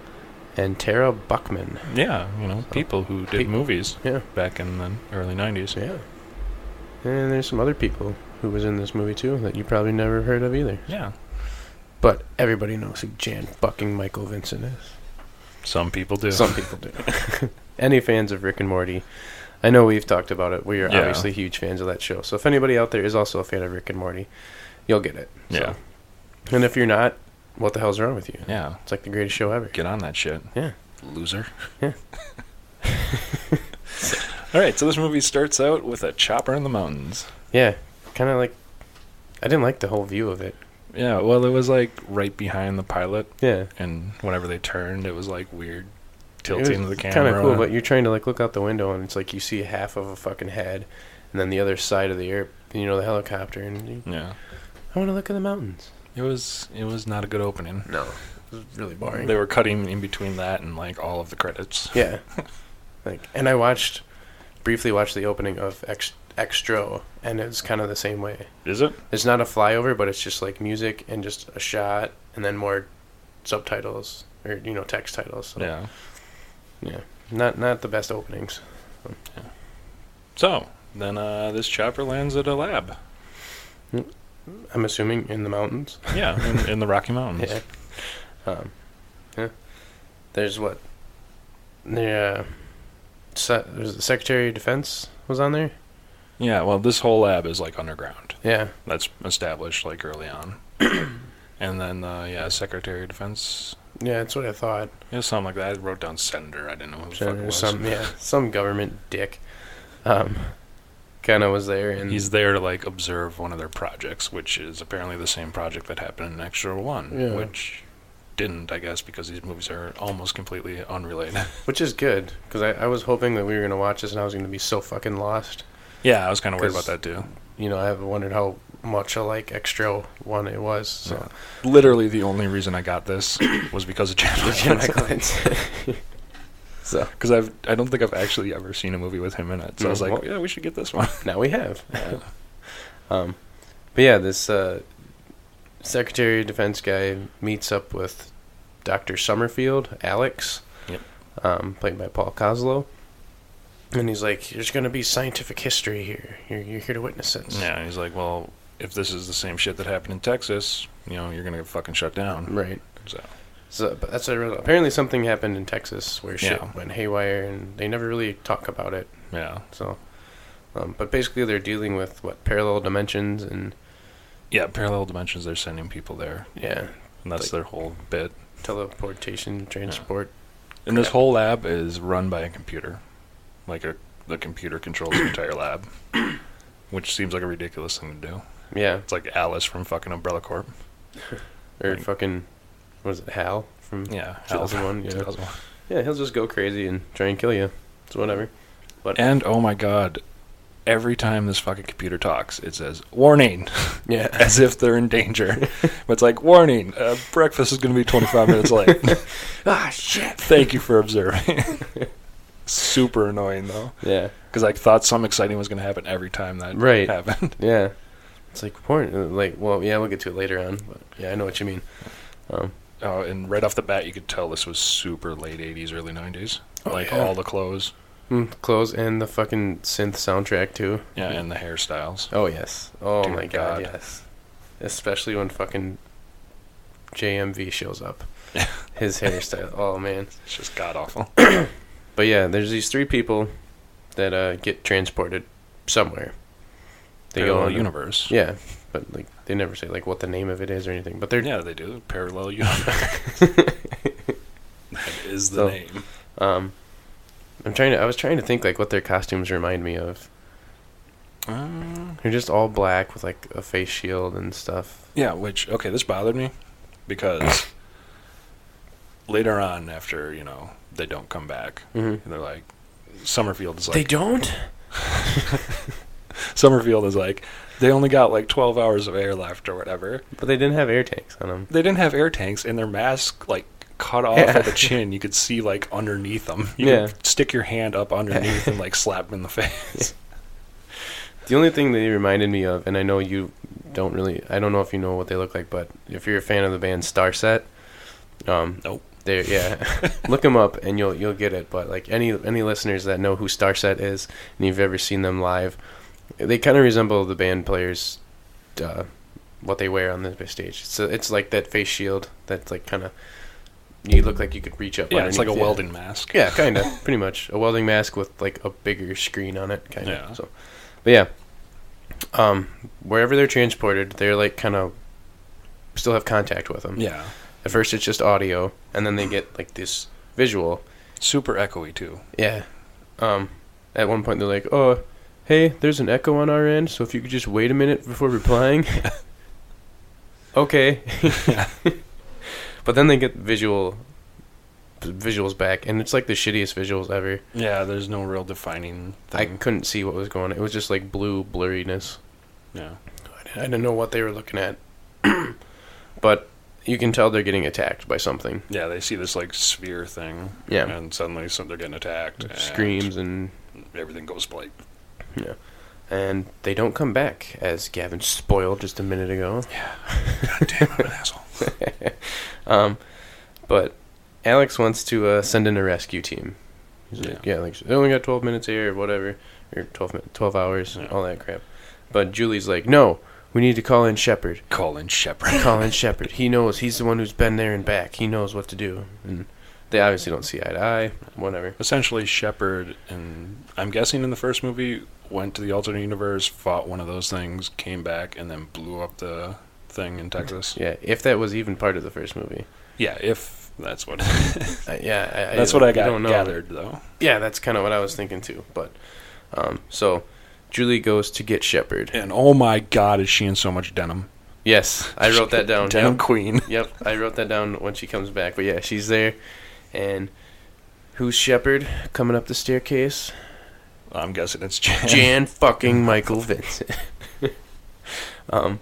B: and Tara Buckman.
C: Yeah, you know, people who did
B: People.
C: movies
B: Yeah.
C: back in the early 90s.
B: So yeah, and there's some other people who was in this movie too that you probably never heard of either.
C: Yeah.
B: But everybody knows who Jan fucking Michael Vincent is.
C: Some people do.
B: Some people do. [laughs] Any fans of Rick and Morty, I know we've talked about it. We are
C: Yeah.
B: obviously huge fans of that show. So if anybody out there is also a fan of Rick and Morty, you'll get it. So-
C: Yeah.
B: And if you're not, what the hell's wrong with you?
C: Yeah.
B: It's like the greatest show ever.
C: Get on that shit.
B: Yeah.
C: Loser.
B: Yeah.
C: [laughs] All right, so this movie starts out with a chopper in the mountains.
B: Yeah. Kind of like, I didn't like the whole view of it.
C: Yeah, well, it was like right behind the pilot.
B: Yeah.
C: and whenever they turned, it was like weird
B: It
C: tilting of the camera.
B: Kind of cool, but you're trying to like look out the window and it's like you see half of a fucking head, and then the other side of the air, you know, the helicopter, and you,
C: yeah,
B: I want to look at the mountains.
C: it was it was not a good opening.
B: No, it was really boring.
C: They were cutting in between that and like all of the credits. [laughs]
B: Yeah. like, and I watched, briefly watched the opening of Ex- Extro, and it's kind of the same way.
C: Is it?
B: It's not a flyover, but it's just like music and just a shot, and then more subtitles or you know text titles. So,
C: Yeah.
B: yeah. Not not the best openings.
C: So then uh, this chopper lands at a lab.
B: I'm assuming in the mountains.
C: Yeah, in, in the Rocky Mountains.
B: yeah. Um, yeah. There's what. The uh, se- there's the Secretary of Defense was on there.
C: Yeah, Well, this whole lab is like underground.
B: Yeah.
C: That's established like early
B: [coughs]
C: on. and then uh, yeah, Secretary of Defense.
B: Yeah, that's what I thought.
C: Yeah, something like that. I wrote down Senator. I didn't know who the fuck it
B: Or
C: was.
B: some yeah, some government dick, um, kind of was
C: [laughs]
B: there, and
C: He's there to like observe one of their projects, which is apparently the same project that happened in Extra One,
B: Yeah.
C: which didn't, I guess, because these movies are almost completely [laughs] unrelated.
B: which is good because I, I was hoping that we were gonna watch this and I was gonna be so fucking lost.
C: yeah, I was kind of worried about
B: 'Cause-
C: that too.
B: You know, I have wondered how much alike extra one it was. So
C: Literally, the only reason I got [coughs] this was because of
B: yeah. [laughs]
C: Jan
B: Michael
C: [laughs]
B: Vincent. so
C: Because I've I don't think I've actually ever seen a movie with him in it, so I was
B: Mhm.
C: like, Mm, yeah, we should get this [laughs] one.
B: now we have. um, but yeah, this uh, Secretary of Defense guy meets up with Doctor Summerfield, Alex.
C: Yep.
B: um, played by Paul Coslow. And he's like, "There's going to be scientific history here. You're, you're here to witness it."
C: Yeah, and he's like, well, if this is the same shit that happened in Texas, you know, you're gonna get fucking shut down.
B: Right.
C: So
B: So, but that's what I realized. Apparently, something happened in Texas where shit
C: Yeah.
B: went haywire, and they never really talk about it.
C: yeah,
B: So, um, but basically, they're dealing with what parallel dimensions, and
C: yeah, parallel dimensions. They're sending people there,
B: yeah,
C: and that's
B: Like-
C: their whole bit.
B: teleportation, transport.
C: And this
B: Crap.
C: whole lab is run by a computer. Like a, the computer controls the
B: [clears throat]
C: entire lab, which seems like a ridiculous thing to do.
B: Yeah,
C: It's like Alice from fucking Umbrella Corp.
B: or
C: Like-
B: fucking what is it, Hal from?
C: Yeah,
B: 2001, yeah.
C: 2001.
B: yeah, he'll just go crazy and try and kill you. It's
C: [laughs]
B: whatever.
C: [laughs] And oh my god, every time this fucking computer talks, it says warning, [laughs]
B: Yeah,
C: as if they're
B: [laughs]
C: in danger. but it's like warning, uh, breakfast is going to be 25
B: [laughs]
C: minutes late. [laughs]
B: ah shit.
C: Thank you for observing. [laughs] Super annoying though,
B: Yeah,
C: because I thought something exciting was going to happen every time that
B: Right.
C: happened.
B: yeah. It's like porn. uh, Like, well, yeah, we'll get to it later on. But yeah, I know what you mean. Um,
C: Oh, and right off the bat, you could tell this was super late 80s, early 90s.
B: Oh,
C: like
B: yeah.
C: all the clothes,
B: mm, clothes and the fucking synth soundtrack too.
C: yeah, and the hairstyles.
B: Oh yes. Oh
C: Dear
B: my god.
C: God.
B: yes. Especially when fucking JMV shows up. His hairstyle. Oh man.
C: It's just god awful.
B: But yeah, there's these three people that uh, get transported somewhere. [laughs] They go
C: Parallel
B: on a-
C: universe.
B: Yeah, but like they never say like what the name of it is or anything. But they're
C: Yeah, they do.
B: [laughs]
C: Parallel universe. that is the
B: So-
C: name.
B: um. I'm trying to. I was trying to think like what their costumes remind me of.
C: Uh,
B: They're just all black with like a face shield and stuff.
C: yeah, which okay, this bothered me
B: [laughs]
C: because later on, after you know they don't come back,
B: Mm-hmm.
C: they're like Summerfield is like
B: They don't.
C: [laughs] Summerfield is like they only got like 12 hours of air left or whatever.
B: But they didn't have air tanks on them.
C: They didn't have air tanks and their mask like cut off
B: Yeah. [laughs]
C: at the chin. You could see like underneath them. You
B: Yeah.
C: could stick your hand up underneath and like slap them in the [laughs] face.
B: The only thing they reminded me of, and I know you don't really, I don't know if you know what they look like, but if you're a fan of the band Starset, um,
C: Nope.
B: they
C: [laughs]
B: yeah, look them up and you'll you'll get it. But like any any listeners that know who Starset is and you've ever seen them live, they kind of resemble the band players, uh, what they wear on the stage. So it's like that face shield that's like kind of you look like you could reach up.
C: Yeah, it's like a
B: underneath it.
C: welding mask.
B: Yeah, kind of, pretty much a welding mask with like a bigger screen on it, kind of.
C: Yeah.
B: So, but yeah, um, wherever they're transported, they're like kind of still have contact with them.
C: Yeah.
B: At first, it's just audio, and then they get like this visual.
C: Super echoey too.
B: Yeah. Um, at one point, they're like, "Oh, hey, there's an echo on our end, so if you could just wait a minute before replying." okay. [laughs] but then they get visual visuals back, and it's like the shittiest visuals ever.
C: Yeah, there's no real defining
B: I
C: thing.
B: couldn't see what was going on. It was just like blue blurriness.
C: yeah.
B: I didn't- I didn't know what they were looking at. [clears throat] but you can tell they're getting attacked by something.
C: Yeah, they see this like sphere thing.
B: Yeah.
C: And suddenly some they're getting attacked. and
B: Screams and
C: Everything goes blank.
B: and they don't come back as Gavin spoiled just a minute ago. [laughs]
C: God damn, I'm an [laughs] asshole.
B: Um but Alex wants to uh, send in a rescue team. He's like, yeah, like they only got 12 minutes here or whatever or 12 min- 12 hours
C: Yeah.
B: all that crap. But Julie's like, "No, we need to call in Shepard."
C: Colin Shepard.
B: Colin Shepard. He knows. He's the one who's been there and back. He knows what to do. And they obviously don't see eye to eye. Whatever.
C: Essentially, Shepard, and I'm guessing in the first movie, went to the alternate universe, fought one of those things, came back, and then blew up the thing in Texas.
B: Yeah, if that was even part of the first movie.
C: Yeah, if
B: [laughs]
C: that's what
B: Uh, yeah, I,
C: that's what I
B: you
C: got
B: don't know.
C: gathered though.
B: Yeah, that's kind of what I was thinking too. But um, so Julie goes to get Shepard.
C: And oh my God, is she in so much denim?
B: Yes, I wrote that down.
C: denim
B: Yep.
C: queen. [laughs]
B: Yep, I wrote that down when she comes back. But yeah, she's there, and who's Shepard coming up the staircase?
C: I'm guessing it's
B: [laughs]
C: Jan.
B: Jan fucking Michael Vincent. [laughs] um,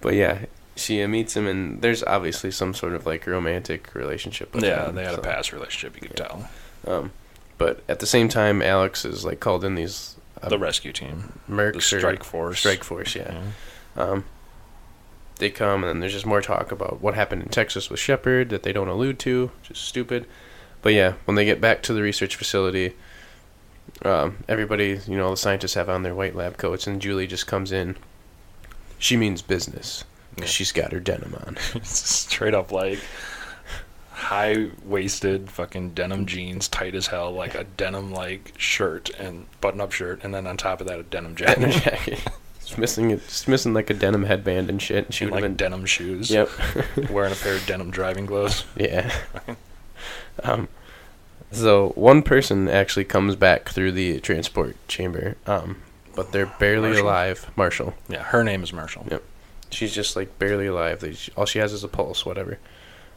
B: but yeah, she uh, meets him, and there's obviously some sort of like romantic relationship. With
C: Yeah,
B: him,
C: they had a
B: so,
C: past relationship. You could tell.
B: Um, but at the same time, Alex is like called in these uh,
C: The rescue team,
B: mercs
C: the
B: or-
C: strike force,
B: strike force. Yeah.
C: Yeah.
B: Um, they come, and then there's just more talk about what happened in Texas with Shepard that they don't allude to, which is stupid. But yeah, when they get back to the research facility, um, everybody, you know, all the scientists have on their white lab coats, and Julie just comes in. She means business. 'cause
C: Yeah.
B: She's got her denim on.
C: [laughs]
B: [laughs]
C: straight up like high waisted fucking denim jeans, tight as hell, like a denim like shirt and button up shirt, and then on top of that a
B: [laughs]
C: denim
B: Denim
C: jacket,
B: jacket. She's missing it. She's missing like a denim headband and shit. She
C: and
B: would
C: like
B: have been.
C: denim shoes,
B: Yep.
C: [laughs] wearing a pair of denim driving gloves.
B: Yeah. [laughs] um, so one person actually comes back through the transport chamber, um, but they're barely
C: Marshall?
B: alive. Marshall.
C: Yeah, her name is Marshall.
B: Yeah. She's just like barely alive. They, all she has is a pulse, whatever.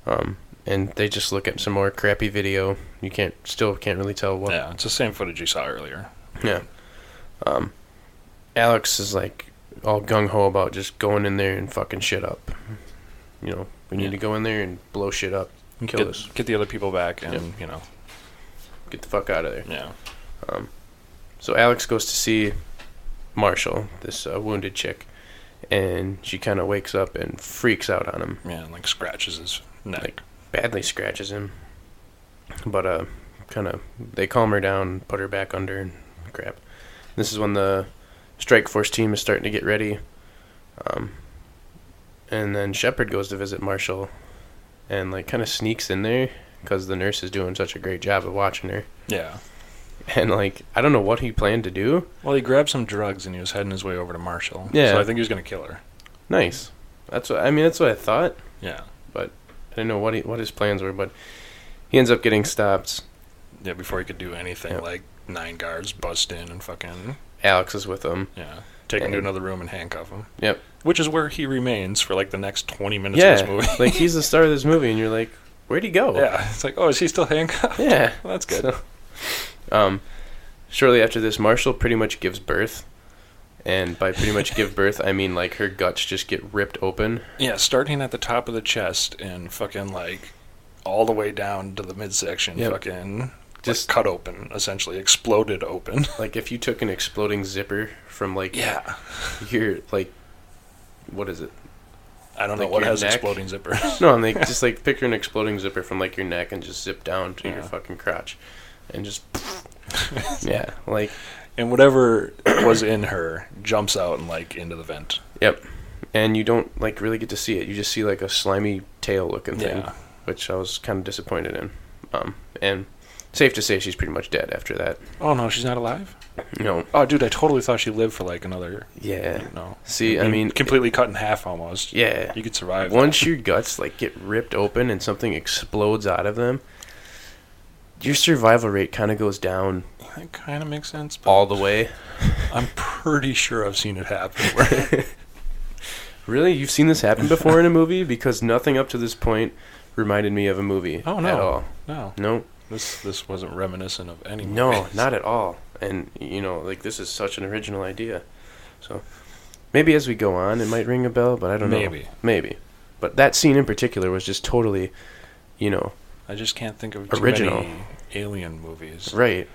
B: Um, and they just look up some more crappy video. You can't still can't really tell what.
C: Yeah, it's the same footage you saw earlier.
B: Yeah. Um, Alex is like all gung ho about just going in there and fucking shit up. You know, we need
C: Yeah.
B: to go in there and blow shit up, kill
C: get,
B: this,
C: get the other people back, and
B: Yep.
C: you know,
B: get the fuck out of there.
C: yeah,
B: So Alex goes to see Marshall, this uh, wounded chick, and she kind of wakes up and freaks out on him.
C: yeah, and, like scratches his neck.
B: Like- Badly scratches him, but uh, kind of they calm her down, put her back under, and crap. This is when the strike force team is starting to get ready, um, and then Shepard goes to visit Marshall, and like kind of sneaks in there because the nurse is doing such a great job of watching her, [laughs]
C: yeah.
B: and like I don't know what he planned to do.
C: Well, he grabbed some drugs and he was heading his way over to Marshall.
B: Yeah.
C: So I think he was gonna kill her.
B: Nice. That's what I mean. That's what I thought.
C: Yeah.
B: I didn't know what he, what his plans were, but he ends up getting stopped.
C: Yeah. Before he could do anything,
B: Yeah.
C: like nine guards bust in and fucking
B: Alex is with him.
C: Yeah. Take him to
B: And-
C: another room and handcuff him.
B: Yep.
C: Which is where he remains for like the next 20 minutes
B: yeah, [laughs]
C: of this movie.
B: like he's the star of this movie, and you're like, where'd he go?
C: yeah. It's like, oh, is he still handcuffed? [laughs]
B: yeah,
C: Well, that's good.
B: So, um, shortly after this, Marshall pretty much gives birth, and by pretty much
C: [laughs]
B: give birth, I mean like her guts just get ripped open.
C: Yeah. Starting at the top of the chest and fucking like all the way down to the midsection.
B: Yep.
C: Fucking just
B: Just-
C: cut open, essentially exploded open. [laughs]
B: Like if you took an exploding zipper from like
C: Yeah.
B: your like, what is it?
C: I don't know
B: Like
C: what
B: your
C: has
B: neck?
C: exploding zippers. [laughs]
B: No, and like just like picture an exploding zipper from like your neck and just zip down to your
C: Yeah.
B: fucking crotch, and
C: [laughs]
B: just yeah, like
C: and whatever [clears throat] was in her jumps out and like into the vent.
B: yep. And you don't like really get to see it. You just see like a slimy tail looking thing,
C: Yeah.
B: which I was kind of disappointed in. Um, and safe to say she's pretty much dead after that.
C: Oh no, she's not alive.
B: You know,
C: Oh, dude, I totally thought she lived for like another.
B: yeah.
C: No.
B: See, I mean,
C: completely cut in half almost.
B: yeah.
C: You could survive.
B: Once your guts like get ripped open and something explodes out of them, your survival rate kind of goes down
C: That kind of makes sense. But
B: all the way.
C: I'm pretty sure I've seen it happen. Where [laughs]
B: Really? You've seen this happen before in a movie? Because nothing up to this point reminded me of a movie
C: Oh, no.
B: at all.
C: no,
B: No,
C: this this wasn't reminiscent of any. [laughs]
B: no,
C: movies.
B: not at all. And, you know, like, this is such an original idea. So, maybe as we go on, it might ring a bell, but I don't know.
C: Maybe.
B: Maybe. But that scene in particular was just totally, you know,
C: I just can't think of too
B: Original.
C: many alien movies.
B: right.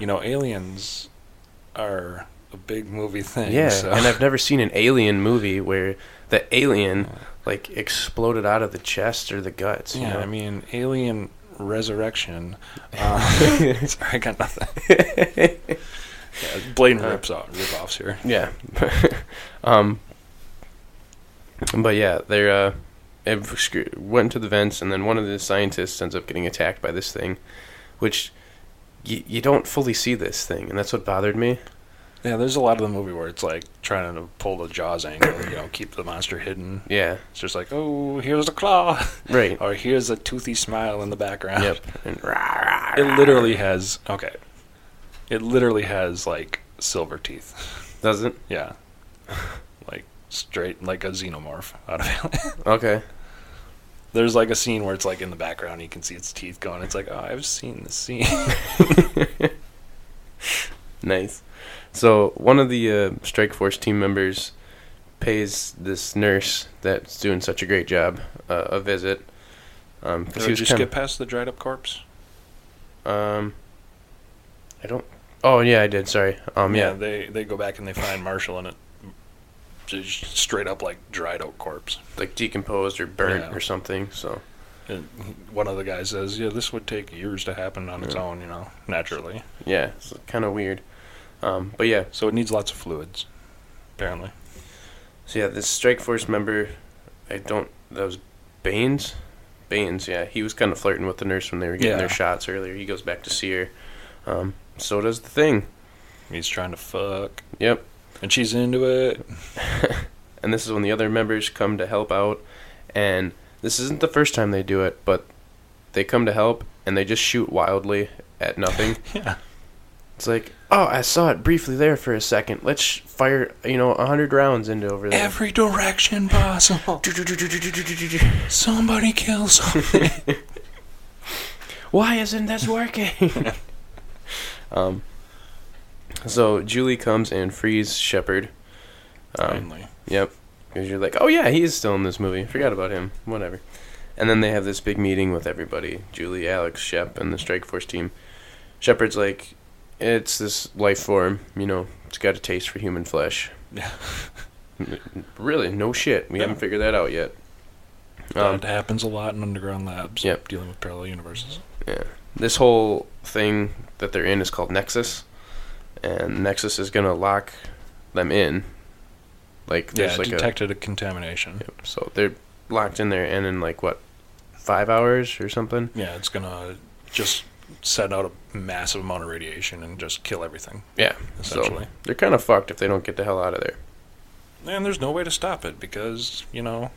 C: You know, aliens are a big movie thing.
B: yeah.
C: so- [laughs]
B: And I've never seen an alien movie where the alien, like, exploded out of the chest or the guts. you
C: yeah,
B: know?
C: I mean, Alien
B: [laughs]
C: Resurrection. Uh, [laughs] sorry, I got nothing. yeah, blatant
B: Uh,
C: rips off rip-offs here.
B: Yeah. [laughs] um. But yeah, they're uh, it sc- went to the vents, and then one of the scientists ends up getting attacked by this thing, which y- you don't fully see this thing, and that's what bothered me.
C: Yeah, there's a lot of the movie where it's like trying to pull the jaws angle, you know, keep the monster hidden.
B: Yeah.
C: It's just like, oh, here's a claw, [laughs]
B: Right.
C: or here's a toothy smile in the background.
B: yep. And rah, rah,
C: [laughs] It literally has okay. It literally has like silver teeth. [laughs]
B: doesn't.
C: Yeah, like straight like a xenomorph out of it. [laughs]
B: Okay.
C: There's like a scene where it's like in the background, you can see its teeth going. It's like, oh, I've seen this scene. [laughs]
B: Nice. So one of the uh, strike force team members pays this nurse that's doing such a great job uh, a visit. Um, 'cause he
C: Did
B: was
C: you
B: kinda-
C: skip past the dried up corpse?
B: Um, I don't. Oh yeah, I did. Sorry. Um, yeah,
C: they they go back and they find Marshall and it just straight up like dried out corpse.
B: like decomposed or burnt
C: Yeah.
B: or something. So
C: And one of the guys says, "Yeah, this would take years to happen on its
B: Yeah.
C: own, you know, naturally.
B: Yeah, it's kind of weird. Um, but yeah,
C: So it needs lots of fluids, apparently."
B: so yeah, this Strike Force member, I don't. That was Baines. Baines, yeah, he was kind of flirting with the nurse when they were getting
C: Yeah.
B: their shots earlier. He goes back to see her. Um, so does the thing.
C: He's trying to fuck,
B: Yep.
C: and she's into it.
B: and this is when the other members come to help out and this isn't the first time they do it but they come to help and they just shoot wildly at [laughs] nothing
C: Yeah.
B: it's like oh i saw it briefly there for a second let's sh- fire you know 100 rounds into over there
C: Every direction
B: [laughs]
C: possible. Somebody kills
B: why isn't this working [laughs] um so julie comes and frees shepard [laughs] um,
C: Finally.
B: Yep. Because you're like, oh yeah, he is still in this movie. Forgot about him. Whatever. And then they have this big meeting with everybody Julie, Alex, Shep, and the Strike Force team. Shepard's like, it's this life form, you know, it's got a taste for human flesh.
C: Yeah.
B: really? No shit. We
C: Yeah.
B: haven't figured that out yet. Um,
C: that happens a lot in underground labs.
B: Yep.
C: Dealing with parallel universes.
B: this whole thing that they're in is called Nexus, and Nexus is going to lock them in. Like,
C: Yeah,
B: there's like a.
C: detected a, contamination.
B: Yep, So they're locked in there, and in like what, five hours or something.
C: Yeah, it's gonna just set out a massive amount of radiation and just kill everything,
B: Yeah.
C: essentially.
B: They're kind of fucked if they don't get the hell out of there.
C: And there's no way to stop it because, you know,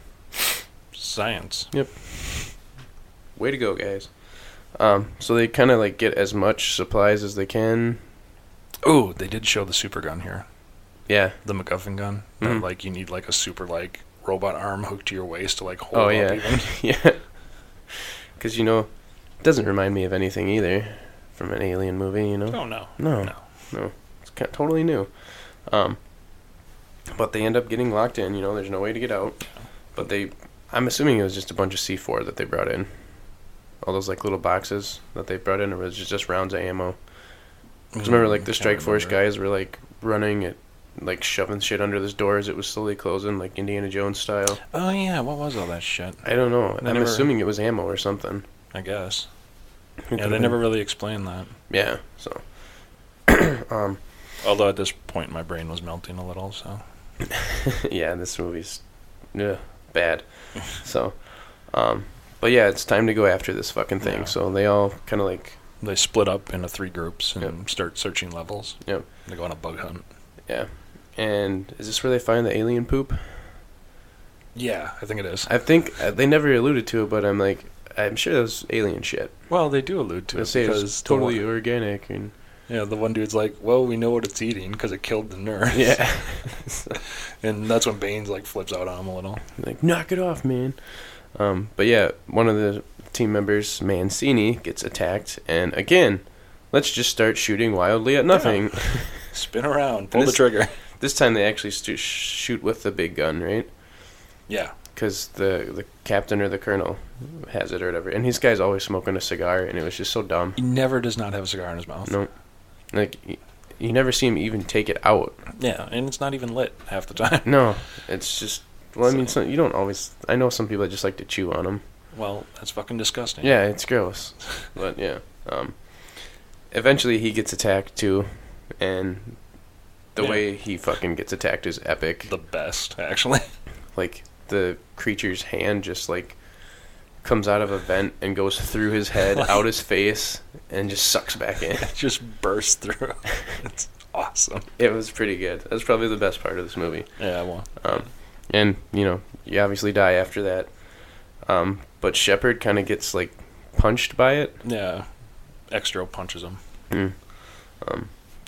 C: science.
B: Way to go, guys. Um, so they kind of like get as much supplies as they can.
C: Oh, they did show the super gun here.
B: Yeah. [laughs]
C: The MacGuffin gun.
B: Mhm.
C: That, like you need like a super like robot arm hooked to your waist to like hold
B: Oh
C: up
B: yeah. [laughs]
C: even.
B: yeah. Because you know, it doesn't remind me of anything either from an alien movie. You know.
C: Oh no.
B: No.
C: No.
B: No. It's ki totally new. Um, but they end up getting locked in. You know, there's no way to get out. But they, I'm assuming it was just a bunch of C4 that they brought in. All those like little boxes that they brought in, or was it just rounds of ammo? Because remember, like the
C: Can't
B: Strike Force
C: Mm, remember.
B: guys were like running it, like shoving shit under this door as it was slowly closing, like Indiana Jones style.
C: Oh yeah, what was all that shit?
B: I don't know.
C: They
B: I'm
C: never-
B: assuming it was ammo or something.
C: I guess.
B: It
C: Yeah,
B: could've
C: they
B: been-
C: never really explained that.
B: Yeah. So. um.
C: Although at this point my brain was melting a little, so
B: [laughs] yeah, this movie's yeah, bad. So, um, but yeah, it's time to go after this fucking thing.
C: Yeah.
B: So they all kind of like,
C: they split up into three groups and start searching levels.
B: Yep.
C: They go on a bug hunt.
B: and is this where they find the alien poop?
C: Yeah, I think it is.
B: I think uh, they never alluded to it, but I'm like, I'm sure that was alien shit.
C: Well, they do allude to
B: They
C: it
B: say it's
C: because
B: totally
C: the one,
B: organic
C: [laughs]
B: and
C: yeah. The one dude's like, "Well, we know what it's eating because it killed the nurse."
B: yeah,
C: [laughs] and that's when Bane's like flips out on him a little.
B: like knock it off, man. Um, but yeah, one of the team members, Mancini, gets attacked, and again, let's just start shooting wildly at nothing. [laughs]
C: Spin around, pull the
B: this-
C: trigger.
B: This time they actually stu- shoot with the big gun, right?
C: Yeah,
B: because the the captain or the colonel has it or whatever, and his guy's always smoking a cigar, and it was just so dumb.
C: he never does not have a cigar in his mouth.
B: No, like y- you never see him even take it out.
C: Yeah, and it's not even lit half the time. [laughs]
B: No, it's just. Well, I mean, so you don't always. I know some people that just like to chew on them.
C: Well, that's fucking disgusting.
B: Yeah, it's gross, but yeah. Um, eventually, he gets attacked too, and the
C: Yeah.
B: way he fucking gets attacked is epic.
C: the best actually. [laughs]
B: like the creature's hand just like comes out of a vent and goes through his head, out his face, and just sucks back in.
C: It just bursts [laughs] through. it's awesome.
B: It was pretty good. That's probably the best part of this movie.
C: Yeah, well,
B: And you know, you obviously die after that. Um, but Shepard kind of gets like punched by it.
C: yeah. Extro punches him.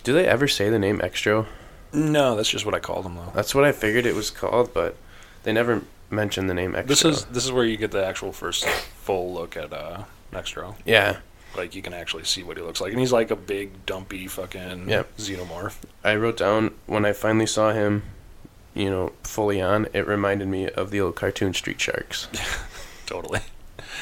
B: Do they ever say the name Extro?
C: No, that's just what I called him though.
B: That's what I figured it was called, but they never mention the name Extro.
C: This is this is where you get the actual first full look at uh Nextro.
B: yeah.
C: Like you can actually see what he looks like, and he's like a big dumpy fucking
B: Yep.
C: xenomorph.
B: [laughs] I wrote down when I finally saw him, you know, fully on. It reminded me of the old cartoon Street
C: [laughs]
B: Sharks.
C: Totally,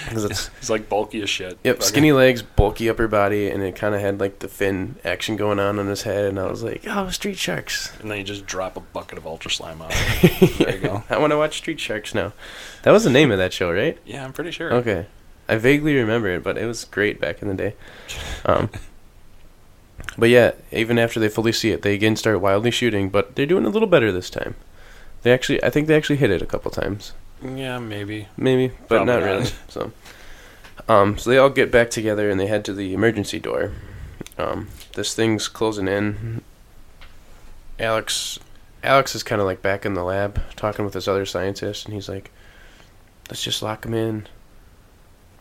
B: 'Cause it's
C: he's like bulky as shit.
B: Yep,
C: Fucking-
B: skinny legs, bulky upper body, and it kind of had like the fin action going on on his head, and I was like, oh, Street Sharks.
C: And then you just drop a bucket of ultra slime
B: [laughs]
C: on. him. there you go.
B: I want to watch Street Sharks now. That was the name of that show, right?
C: Yeah, I'm pretty sure.
B: Okay. I vaguely remember it, but it was great back in the day. Um, [laughs] but yeah, even after they fully see it, they again start wildly shooting. But they're doing a little better this time. They actually, I think they actually hit it a couple times,
C: Yeah, maybe.
B: maybe, but
C: Probably
B: not
C: not.
B: really. So, um, so they all get back together and they head to the emergency door. Um, this thing's closing in. Alex, Alex is kind of like back in the lab talking with this other scientist, and he's like, "Let's just lock him in.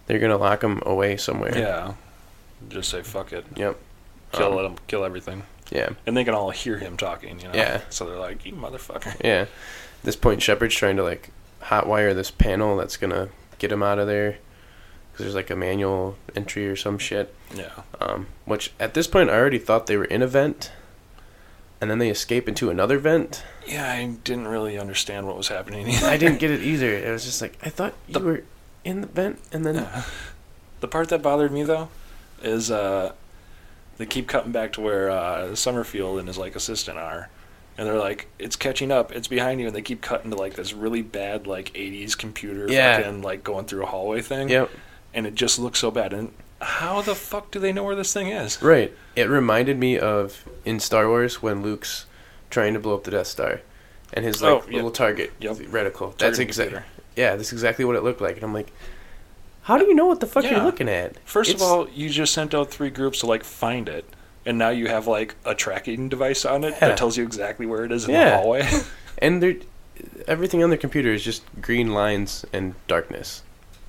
B: They're gonna lock him away somewhere."
C: Yeah. Just say fuck it.
B: Yep.
C: Kill
B: Um,
C: them. Kill everything.
B: Yeah.
C: And they can all hear him talking. You know.
B: Yeah.
C: So they're like, you motherfucker.
B: Yeah. At this point, Shepard's trying to like hotwire this panel that's gonna get him out of there because there's like a manual entry or some shit.
C: Yeah.
B: Um, which at this point, I already thought they were in a vent, and then they escape into another vent.
C: Yeah, I didn't really understand what was happening. [laughs] Either.
B: I didn't get it either. It was just like I thought you
C: The-
B: were in the vent, and then
C: The part that bothered me though is uh, they keep cutting back to where uh, Summerfield and his like assistant are, and they're like, "It's catching up, it's behind you," and they keep cutting to like this really bad like '80s computer
B: Yeah.
C: fucking like going through a hallway thing,
B: yep,
C: and it just looks so bad. And how the fuck do they know where this thing is?
B: right. It reminded me of in Star Wars when Luke's trying to blow up the Death Star, and his like
C: Oh, yeah.
B: little target
C: Yep.
B: reticle. That's
C: Targeting
B: exactly.
C: computer.
B: yeah, that's exactly what it looked like. And I'm like, how do you know what the fuck you're
C: Yeah.
B: looking at?
C: First
B: It's-
C: of all, you just sent out three groups to like find it, and now you have like a tracking device on it
B: Yeah.
C: that tells you exactly where it is in
B: Yeah. [laughs]
C: the hallway.
B: and they're, everything on their computer is just green lines and darkness.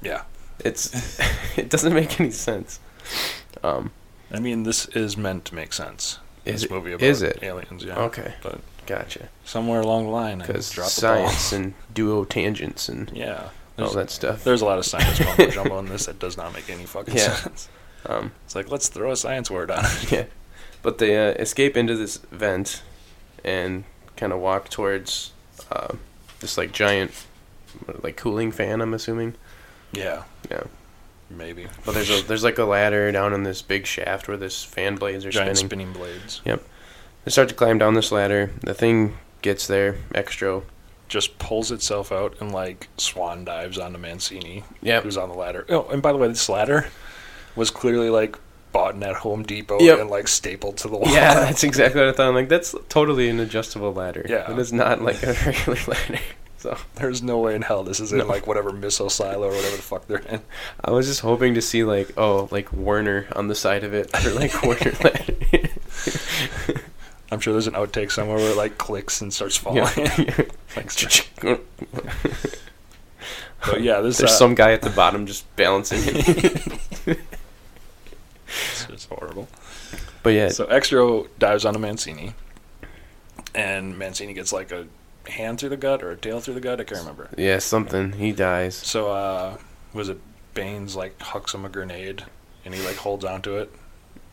C: yeah.
B: It's [laughs] it doesn't make any sense. Um,
C: I mean, this is meant to make sense.
B: Is
C: this
B: it-
C: movie about
B: is it?
C: aliens? Yeah.
B: okay,
C: But
B: gotcha.
C: somewhere along the line, I
B: Because
C: dropped the
B: science and duo tangents and
C: ball. [laughs] Yeah.
B: all
C: There's,
B: that stuff.
C: there's a lot of science mumbo jumbo in this that does not make any fucking
B: Yeah.
C: sense. [laughs]
B: Um,
C: It's like let's throw a science word on it. [laughs]
B: yeah, but they uh, escape into this vent and kind of walk towards uh, this like giant like cooling fan. I'm assuming.
C: Yeah.
B: Yeah.
C: Maybe.
B: But there's a there's like a ladder down in this big shaft where this fan blades are
C: giant
B: spinning.
C: spinning blades.
B: They start to climb down this ladder. The thing gets there. Extra.
C: Just pulls itself out and like swan dives onto Mancini,
B: Yep.
C: who's on the ladder. Oh, and by the way, this ladder was clearly like bought in at Home Depot
B: Yep.
C: and like stapled to the wall.
B: Yeah, that's exactly what I thought. I'm like, that's totally an adjustable ladder.
C: Yeah.
B: It is not like a [laughs] regular ladder. So
C: There's no way in hell this is in like whatever missile silo or whatever the fuck they're in.
B: I was just hoping to see like, oh, like Werner on the side of it for
C: [laughs]
B: like Werner ladder.
C: I'm sure there's an outtake somewhere where it like clicks and starts
B: [laughs]
C: falling. [laughs]
B: Yeah.
C: Like, but yeah, this
B: There's
C: uh,
B: some guy at the bottom just balancing it.
C: [laughs] it's just horrible.
B: But yeah,
C: So Extro dives onto Mancini, and Mancini gets like a hand through the gut or a tail through the gut. I can't remember.
B: yeah, something. He dies.
C: So uh, was it Baines like hucks him a grenade, and he like holds onto it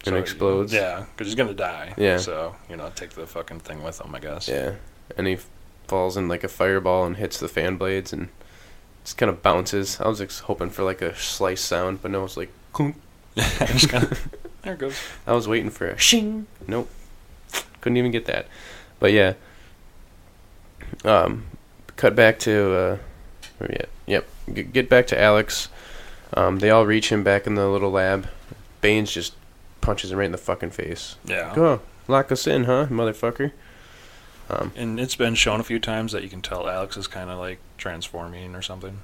B: And explodes.
C: Yeah, because he's gonna die.
B: Yeah.
C: So you know, take the fucking thing with him, I guess.
B: Yeah, and he f- falls in like a fireball and hits the fan blades and just kind of bounces. I was like, hoping for like a slice sound, but no, it's like clunk.
C: Just kinda- [laughs] there it goes.
B: I was waiting for a shing. Nope, couldn't even get that. But yeah, um, cut back to uh, where we at? Yep, G- get back to Alex. Um, they all reach him back in the little lab. Baines just punches him right in the fucking face.
C: Yeah.
B: Go lock us in, huh, motherfucker?
C: And it's been shown a few times that you can tell Alex is kind of like transforming or something.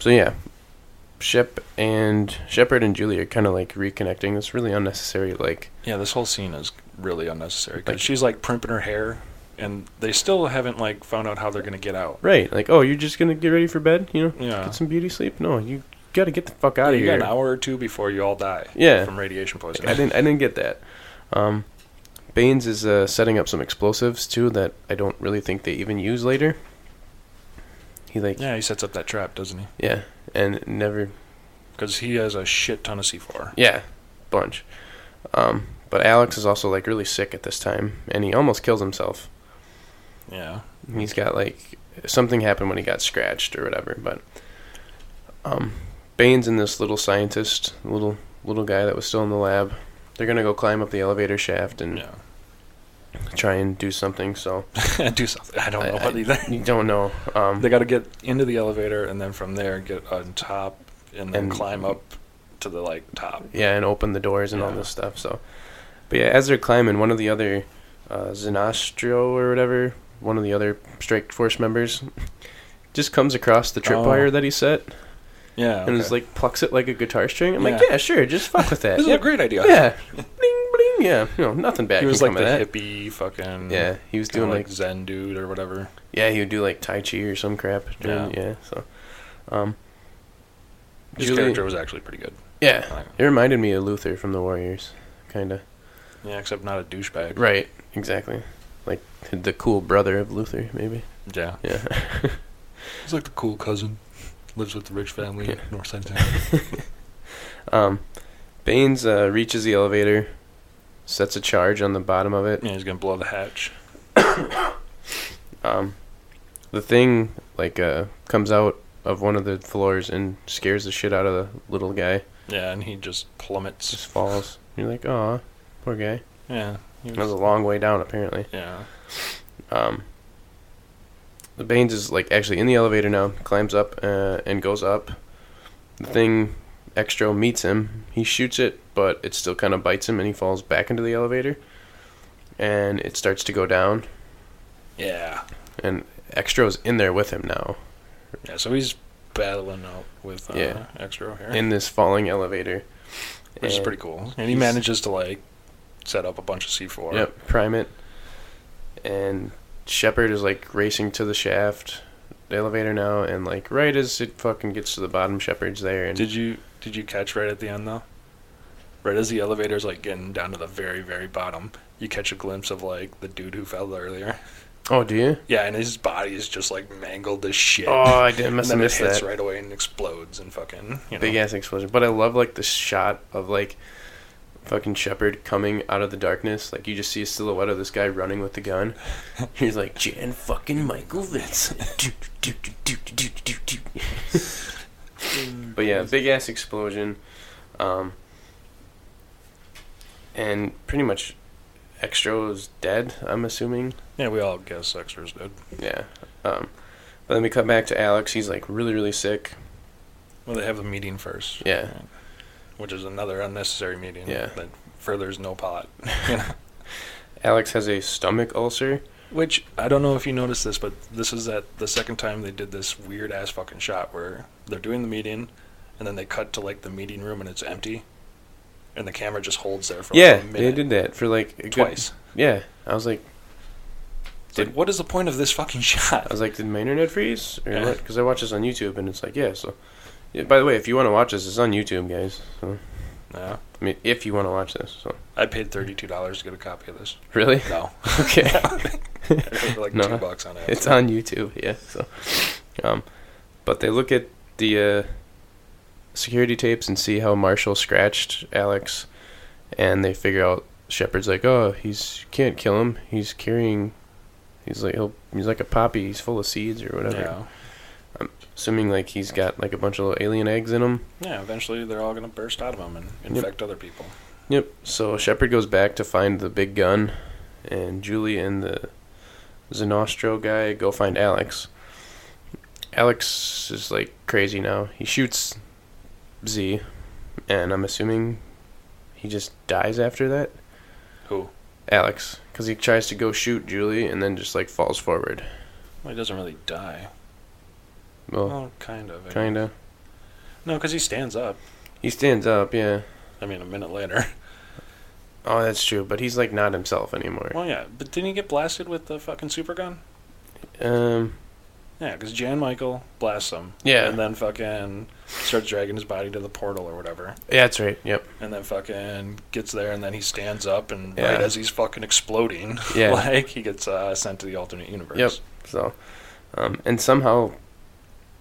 B: So yeah, Shep and Shepard and Julie are kind of like reconnecting. It's really unnecessary. Like
C: Yeah, this whole scene is really unnecessary because
B: Like-
C: she's like primping her hair, and they still haven't like found out how they're gonna get out.
B: right, like oh, you're just gonna get ready for bed, you know,
C: Yeah,
B: get some beauty sleep. No, you gotta get the fuck out
C: you
B: of
C: got
B: here.
C: an hour or two before you all die.
B: Yeah.
C: from radiation
B: I
C: poisoning.
B: didn't. I didn't get that. Um, Baines is uh, setting up some explosives too that I don't really think they even use later. He like yeah,
C: yeah, he sets up that trap, doesn't he?
B: and never
C: Because he has a shit ton of C4.
B: yeah bunch. Um, but Alex is also like really sick at this time, and he almost kills himself.
C: Yeah,
B: He's got like something happened when he got scratched or whatever. But um, Baines and this little scientist, little little guy that was still in the lab, they're gonna go climb up the elevator shaft and
C: yeah. [laughs]
B: try and do something. So
C: Do something. I don't
B: I-
C: know
B: I-
C: what either.
B: you don't know. Um,
C: They got to get into the elevator and then from there get on top and then
B: And-
C: climb up to the like top.
B: yeah, and open the doors and all
C: Yeah.
B: this stuff. So, but yeah, as they're climbing, one of the other uh, Zenastro or whatever, one of the other Strike Force members, just comes across the tripwire
C: Oh.
B: that he set
C: Yeah,
B: and
C: okay.
B: is like plucks it like a guitar string. I'm like,
C: Yeah.
B: yeah, sure, just fuck with that.
C: this is a
B: Yep.
C: great idea.
B: yeah, bling bling. Yeah, you know, nothing bad.
C: he was
B: can
C: like
B: come
C: the
B: of that.
C: hippie fucking
B: Yeah, he was
C: kinda
B: doing like,
C: like Zen dude or whatever.
B: yeah, he would do like Tai Chi or some crap. During, yeah. so um,
C: His
B: Julie-
C: character was actually pretty good.
B: yeah,
C: Like,
B: it reminded me of Luther from the Warriors, kind of.
C: yeah, except not a douchebag.
B: Right, exactly. Like the cool brother of Luther, maybe.
C: Yeah,
B: Yeah.
C: he's like the cool cousin. Lives with the rich family
B: Yeah.
C: in
B: [laughs]
C: Northside Town.
B: Um, Baines uh, reaches the elevator, sets a charge on the bottom of it.
C: yeah, he's gonna blow the hatch.
B: Um, the thing like uh, comes out of one of the floors and scares the shit out of the little guy.
C: Yeah, and he just plummets.
B: Just falls. You're like, oh, poor guy.
C: Yeah, he
B: That was a
C: was,
B: long way down, apparently.
C: yeah.
B: Um, the Baines is like actually in the elevator now, climbs up uh, and goes up. The thing extra meets him. He shoots it, but it still kind of bites him, and he falls back into the elevator. And it starts to go down,
C: Yeah.
B: and Extro's in there with him now
C: Yeah, so he's battling out with uh,
B: Yeah.
C: Extra here,
B: in this falling elevator.
C: which is
B: And-
C: pretty cool. And he
B: he's-
C: manages to like set up a bunch of C4.
B: Yep, prime it. And Shepard is like racing to the shaft, the elevator now, and like right as it fucking gets to the bottom, Shepard's there. And
C: Did you did you catch right at the end though? Right as the elevator's like getting down to the very very bottom, you catch a glimpse of like the dude who fell earlier.
B: oh, do you?
C: Yeah, and his body is just like mangled as shit.
B: Oh, I did, must have
C: and then it
B: missed
C: hits
B: that
C: right away and explodes and fucking you know.
B: big ass explosion. But I love like the shot of like fucking Shepard coming out of the darkness. Like you just see a silhouette of this guy running with the
C: [laughs]
B: gun. He's like Jan fucking Michael Vincent. Do, do, do, do, do, do, do, do.
C: [laughs]
B: But yeah, big ass explosion. Um, and pretty much, Extro's dead. I'm assuming.
C: yeah, we all guess Extra's dead.
B: Yeah. Um, but then we cut back to Alex. He's like really really sick.
C: Well, they have the meeting first.
B: Yeah.
C: Which is another unnecessary meeting.
B: Yeah.
C: That furthers no pot.
B: Alex has a stomach ulcer.
C: Which I don't know if you noticed this, but this is that the second time they did this weird ass fucking shot where they're doing the meeting, and then they cut to like the meeting room and it's empty, and the camera just holds there for like,
B: yeah,
C: a
B: they
C: minute
B: did that for like a good-
C: twice.
B: yeah, I was like,
C: It's like, what is the point of this fucking [laughs]
B: I
C: shot?
B: was like, did my internet freeze or
C: Yeah.
B: what? Because I watch this on YouTube and it's like, yeah. So, yeah, by the way, if you want to watch this, it's on YouTube, guys. So,
C: Yeah.
B: I mean, if you want to watch this, so
C: I paid thirty two dollars to get a copy of this. [laughs]
B: really,
C: No,
B: okay,
C: I paid like
B: No.
C: two bucks on it.
B: it's on YouTube, yeah. So, um, but they look at the uh, security tapes and see how Marshall scratched Alex, and they figure out Shepard's like, oh, he's can't kill him. He's carrying. He's like he'll, he's like a poppy. He's full of seeds or whatever.
C: yeah.
B: assuming like he's got like a bunch of little alien eggs in him.
C: yeah, eventually they're all gonna burst out of him and
B: Yep.
C: infect other people.
B: Yep. So Shepard goes back to find the big gun, and Julie and the Zenostro guy go find Alex. Alex is like crazy now. He shoots Z, and I'm assuming he just dies after that.
C: Who?
B: Alex, because he tries to go shoot Julie and then just like falls forward.
C: Well, he doesn't really die.
B: Well,
C: Well, kind of. I guess.
B: kinda.
C: No, because he stands up.
B: He stands up, yeah.
C: I mean, a minute later.
B: Oh, that's true. But he's like not himself anymore.
C: Well, yeah, but didn't he get blasted with the fucking super gun?
B: Um.
C: Yeah, because Jan Michael blasts him.
B: Yeah.
C: And then fucking starts dragging his body to the portal or whatever.
B: Yeah, that's right. Yep.
C: And then fucking gets there and then he stands up and
B: Yeah.
C: right as he's fucking exploding, [laughs]
B: Yeah.
C: like he gets uh, sent to the alternate universe.
B: Yep. So, um, and somehow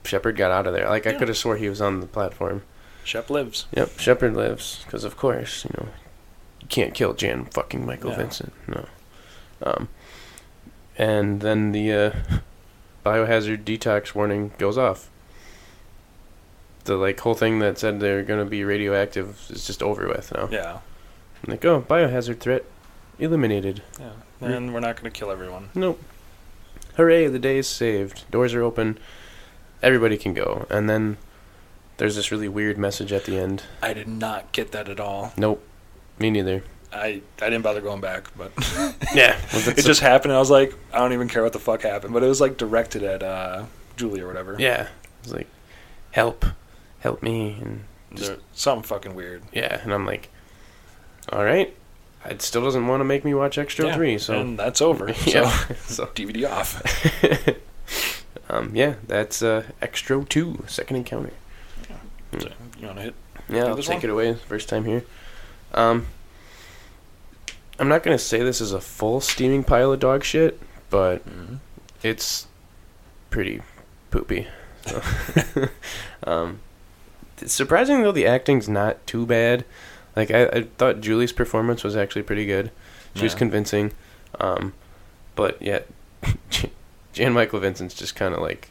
B: Shepard got out of there. Like I
C: Yeah.
B: could have swore he was on the platform.
C: Shep lives.
B: Yep. Shepard lives because of course you know you can't kill Jan fucking Michael
C: No.
B: Vincent. No. Um, and then the uh, [laughs] biohazard detox warning goes off. The like whole thing that said they're gonna be radioactive is just over with now.
C: Yeah.
B: I'm like oh biohazard threat eliminated.
C: Yeah. And we're not going to kill everyone.
B: Nope. Hooray, the day is saved. Doors are open. Everybody can go. And then There's this really weird message at the end.
C: I did not get that at all.
B: Nope. Me
C: [laughs]
B: neither.
C: I, I didn't bother going back, but
B: Yeah. Was
C: [laughs] it just happened. And I was like, I don't even care what the fuck happened. But it was like directed at uh, Julie or whatever.
B: Yeah. It's like, help, help me, and
C: Just
B: There-
C: something fucking weird.
B: yeah, and I'm like, all right. It still doesn't want to make me watch Extra
C: Yeah,
B: Three, [laughs] so
C: and that's over.
B: yeah. [laughs]
C: So DVD off.
B: um, yeah, that's uh, Extra Two, Second Encounter.
C: So, you want to hit?
B: Yeah,
C: Do
B: I'll
C: this
B: take
C: one?
B: it away. First time here. Um, I'm not gonna say this is a full steaming pile of dog shit, but it's pretty poopy. So, [laughs] um, it's surprising though, the acting's not too bad. Like I, I thought Julie's performance was actually pretty good. She was
C: Yeah.
B: convincing, um, but yet [laughs] Jan Michael Vincent's just kind of like,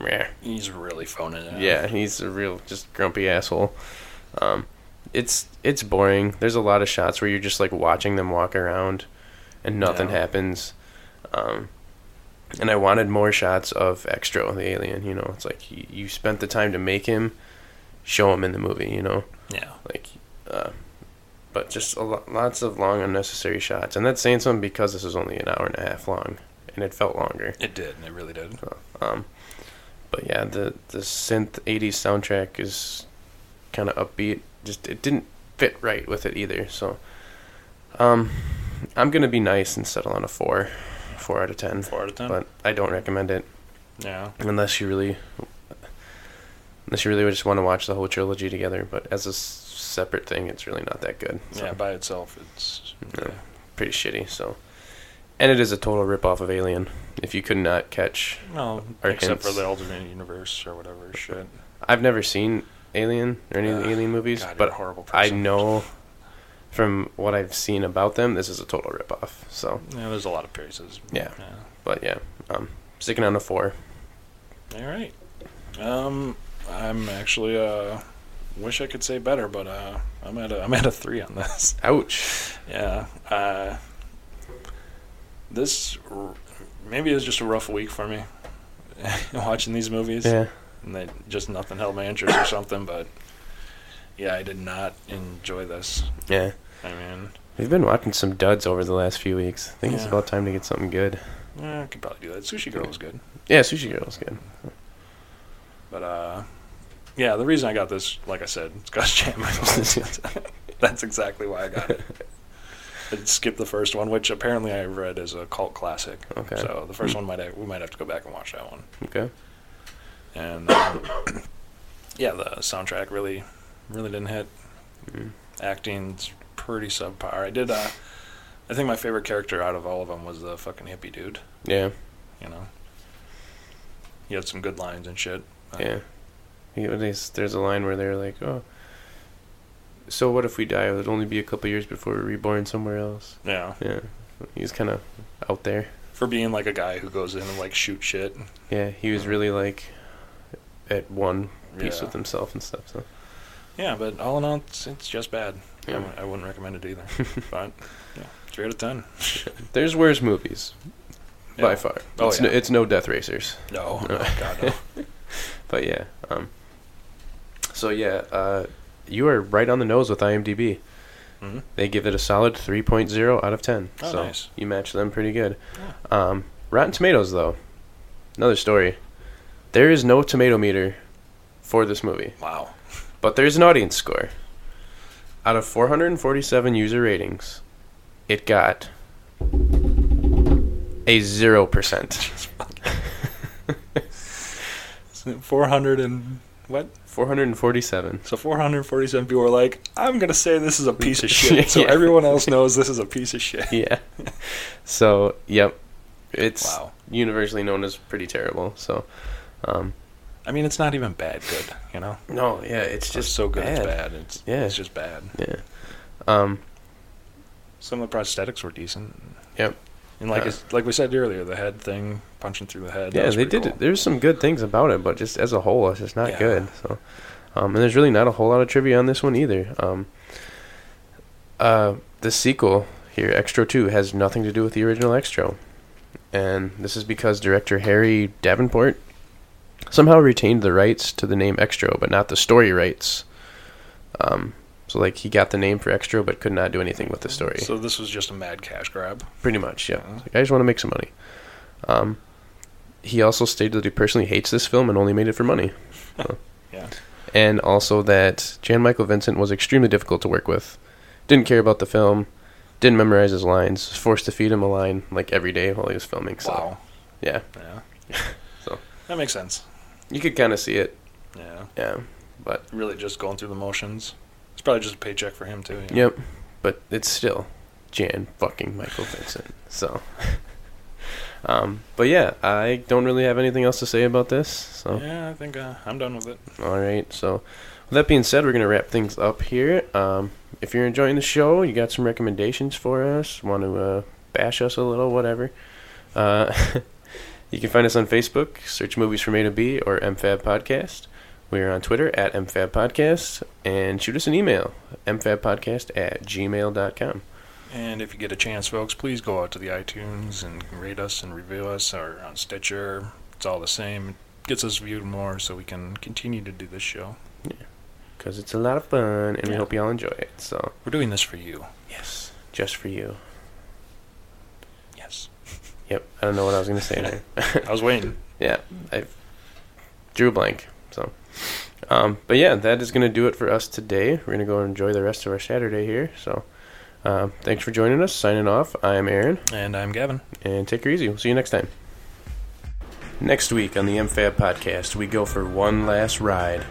B: meh.
C: He's really phoning it. out.
B: Yeah, he's a real just grumpy asshole. Um, it's it's boring. There's a lot of shots where you're just like watching them walk around, and nothing
C: Yeah.
B: happens. Um, and I wanted more shots of Extro, the alien. You know, it's like you, you spent the time to make him, show him in the movie. You know,
C: Yeah.
B: like, uh, but just a lo- lots of long unnecessary shots, and that's saying something because this is only an hour and a half long, and it felt longer.
C: It did. It really did.
B: Um, but yeah, the the synth '80s soundtrack is kind of upbeat. Just it didn't fit right with it either. So, um, I'm gonna be nice and settle on a four, four out of ten.
C: Four out of ten.
B: But I don't recommend it
C: yeah.
B: unless you really, unless you really just want to watch the whole trilogy together. But as a s- separate thing, it's really not that good. So,
C: Yeah. By itself, it's
B: No. pretty shitty. So, and it is a total rip off of Alien. If you could not catch
C: no,
B: Or
C: except for
B: hints.
C: the alternate universe or whatever shit.
B: I've never seen Alien or any of the
C: Ugh,
B: Alien movies,
C: God, you're a
B: but
C: horrible
B: I
C: person.
B: know from what I've seen about them, this is a total ripoff. So,
C: Yeah, there's a lot of pieces.
B: Yeah. but yeah, um, sticking on a four.
C: All right. Um, I'm actually uh, wish I could say better, but uh, I'm at a I'm at a three on this.
B: Ouch.
C: Yeah. Uh, this r- maybe it was just a rough week for me [laughs] watching these movies,
B: Yeah,
C: and they just nothing held my interest or something. But yeah, I did not enjoy this.
B: yeah.
C: I mean,
B: We've been watching some duds over the last few weeks. I think it's
C: Yeah.
B: about time to get something good.
C: eh, I could probably do that. Sushi Girl was good.
B: Yeah, Sushi Girl's good.
C: But uh, yeah, the reason I got this, like I said, it's [laughs] got Jan Michael Vincent. That's exactly why I got it. I skipped the first one, which apparently I read is a cult classic.
B: Okay. Hmm.
C: So the first one might have, we might have to go back and watch that one.
B: Okay.
C: And um, [coughs] yeah, the soundtrack really, really didn't hit.
B: Mm-hmm.
C: Acting's pretty subpar. I did. Uh, I think my favorite character out of all of them was the fucking hippie dude.
B: Yeah,
C: You know, he had some good lines and shit.
B: yeah. He- there's there's a line where they're like, oh. So what if we die? It'll only be a couple years before we're reborn somewhere else.
C: Yeah.
B: Yeah, he's kind of out there.
C: for being like a guy who goes in and like shoot shit.
B: Yeah, he was really like at one piece
C: Yeah.
B: with himself and stuff. So [laughs]
C: Yeah, but all in all, it's, it's just bad. I
B: Yeah.
C: wou- I, wouldn't recommend it
B: [laughs]
C: either. but yeah, three out of ten.
B: there's worse movies by
C: Yeah.
B: far.
C: Oh,
B: it's,
C: yeah.
B: no, it's no Death Racers, [laughs]
C: No, no, God no.
B: but yeah. Um, so yeah, uh, you are right on the nose with IMDb.
C: Mhm.
B: They give it a solid 3.0 out of 10.
C: Oh,
B: so
C: nice.
B: you match them pretty good. Um, Rotten Tomatoes though, another story. There is no tomato meter for this movie.
C: Wow. [laughs]
B: But there's an audience score. Out of 447 user ratings, it got a 0%.
C: Four hundred and what?
B: 447.
C: So four hundred forty-seven people were like, "I'm gonna say this is a piece of shit," so
B: Yeah.
C: everyone else knows this is a piece
B: [laughs]
C: of shit.
B: [laughs] Yeah. So, yep. It's
C: Wow.
B: universally known as pretty terrible. So, um,
C: I mean, it's not even bad. Good, you know.
B: no, yeah, it's
C: It's just so good. It's bad. It's
B: Yeah.
C: It's just bad.
B: Yeah. Um,
C: Some of the prosthetics were decent.
B: Yep.
C: And like
B: Uh,
C: it's, like we said earlier, the head thing punching through the head. uh, that
B: yeah,
C: was
B: they
C: pretty
B: did.
C: cool.
B: it. There's some good things about it, but just as a whole, it's just not
C: Yeah.
B: good. So, um, and there's really not a whole lot of trivia on this one either. Um, uh, the sequel here, Extro Two, has nothing to do with the original Extro, and this is because director Harry Davenport somehow retained the rights to the name Extro, but not the story rights. Um, so like he got the name for Extro, but could not do anything with the story.
C: So this was just a mad cash grab.
B: Pretty much, yeah.
C: Yeah.
B: Like, I just want to make some money. Um, he also stated that he personally hates this film and only made it for
C: [laughs]
B: money. So-
C: Yeah.
B: And also that Jan Michael Vincent was extremely difficult to work with. Didn't care about the film. Didn't memorize his lines. Was forced to feed him a line like every day while he was filming. So
C: Wow.
B: yeah,
C: Yeah.
B: [laughs] So.
C: that makes sense.
B: you could kind of see it.
C: Yeah.
B: Yeah, but
C: Really just going through the motions. It's probably just a paycheck for him too.
B: yep. But it's still Jan fucking Michael Vincent. So. [laughs] Um, but yeah, I don't really have anything else to say about this. So
C: Yeah, I think uh, I'm done with it.
B: All right. So, with that being said, we're going to wrap things up here. Um, if you're enjoying the show, you got some recommendations for us, want to uh, bash us a little, whatever. Uh, [laughs] you can find us on Facebook, search Movies from A to B or MFAB Podcast. We are on Twitter at MFAB Podcast. And shoot us an email, mfabpodcast at gmail.com.
C: And if you get a chance, folks, please go out to the iTunes and rate us and review us or on Stitcher. It's all the same. It gets us viewed more so we can continue to do this show.
B: Because it's a lot of fun, and we
C: Yeah.
B: hope you all enjoy it. So,
C: We're doing this for you.
B: yes, just for you.
C: Yes.
B: Yep, I don't know what I was going to say there.
C: I was waiting.
B: yeah, I drew a blank. So, um, but yeah, that is going to do it for us today. We're going to go and enjoy the rest of our Saturday here. So, uh, thanks for joining us. Signing off. I am Aaron,
C: And I'm Gavin.
B: and take her easy. We'll see you next time. Next week on the MFAB podcast, we go for one last ride.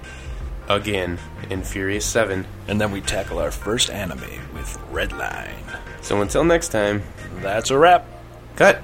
B: Again, in Furious 7.
C: And then we tackle our first anime with Redline.
B: So until next time,
C: That's a wrap.
B: cut!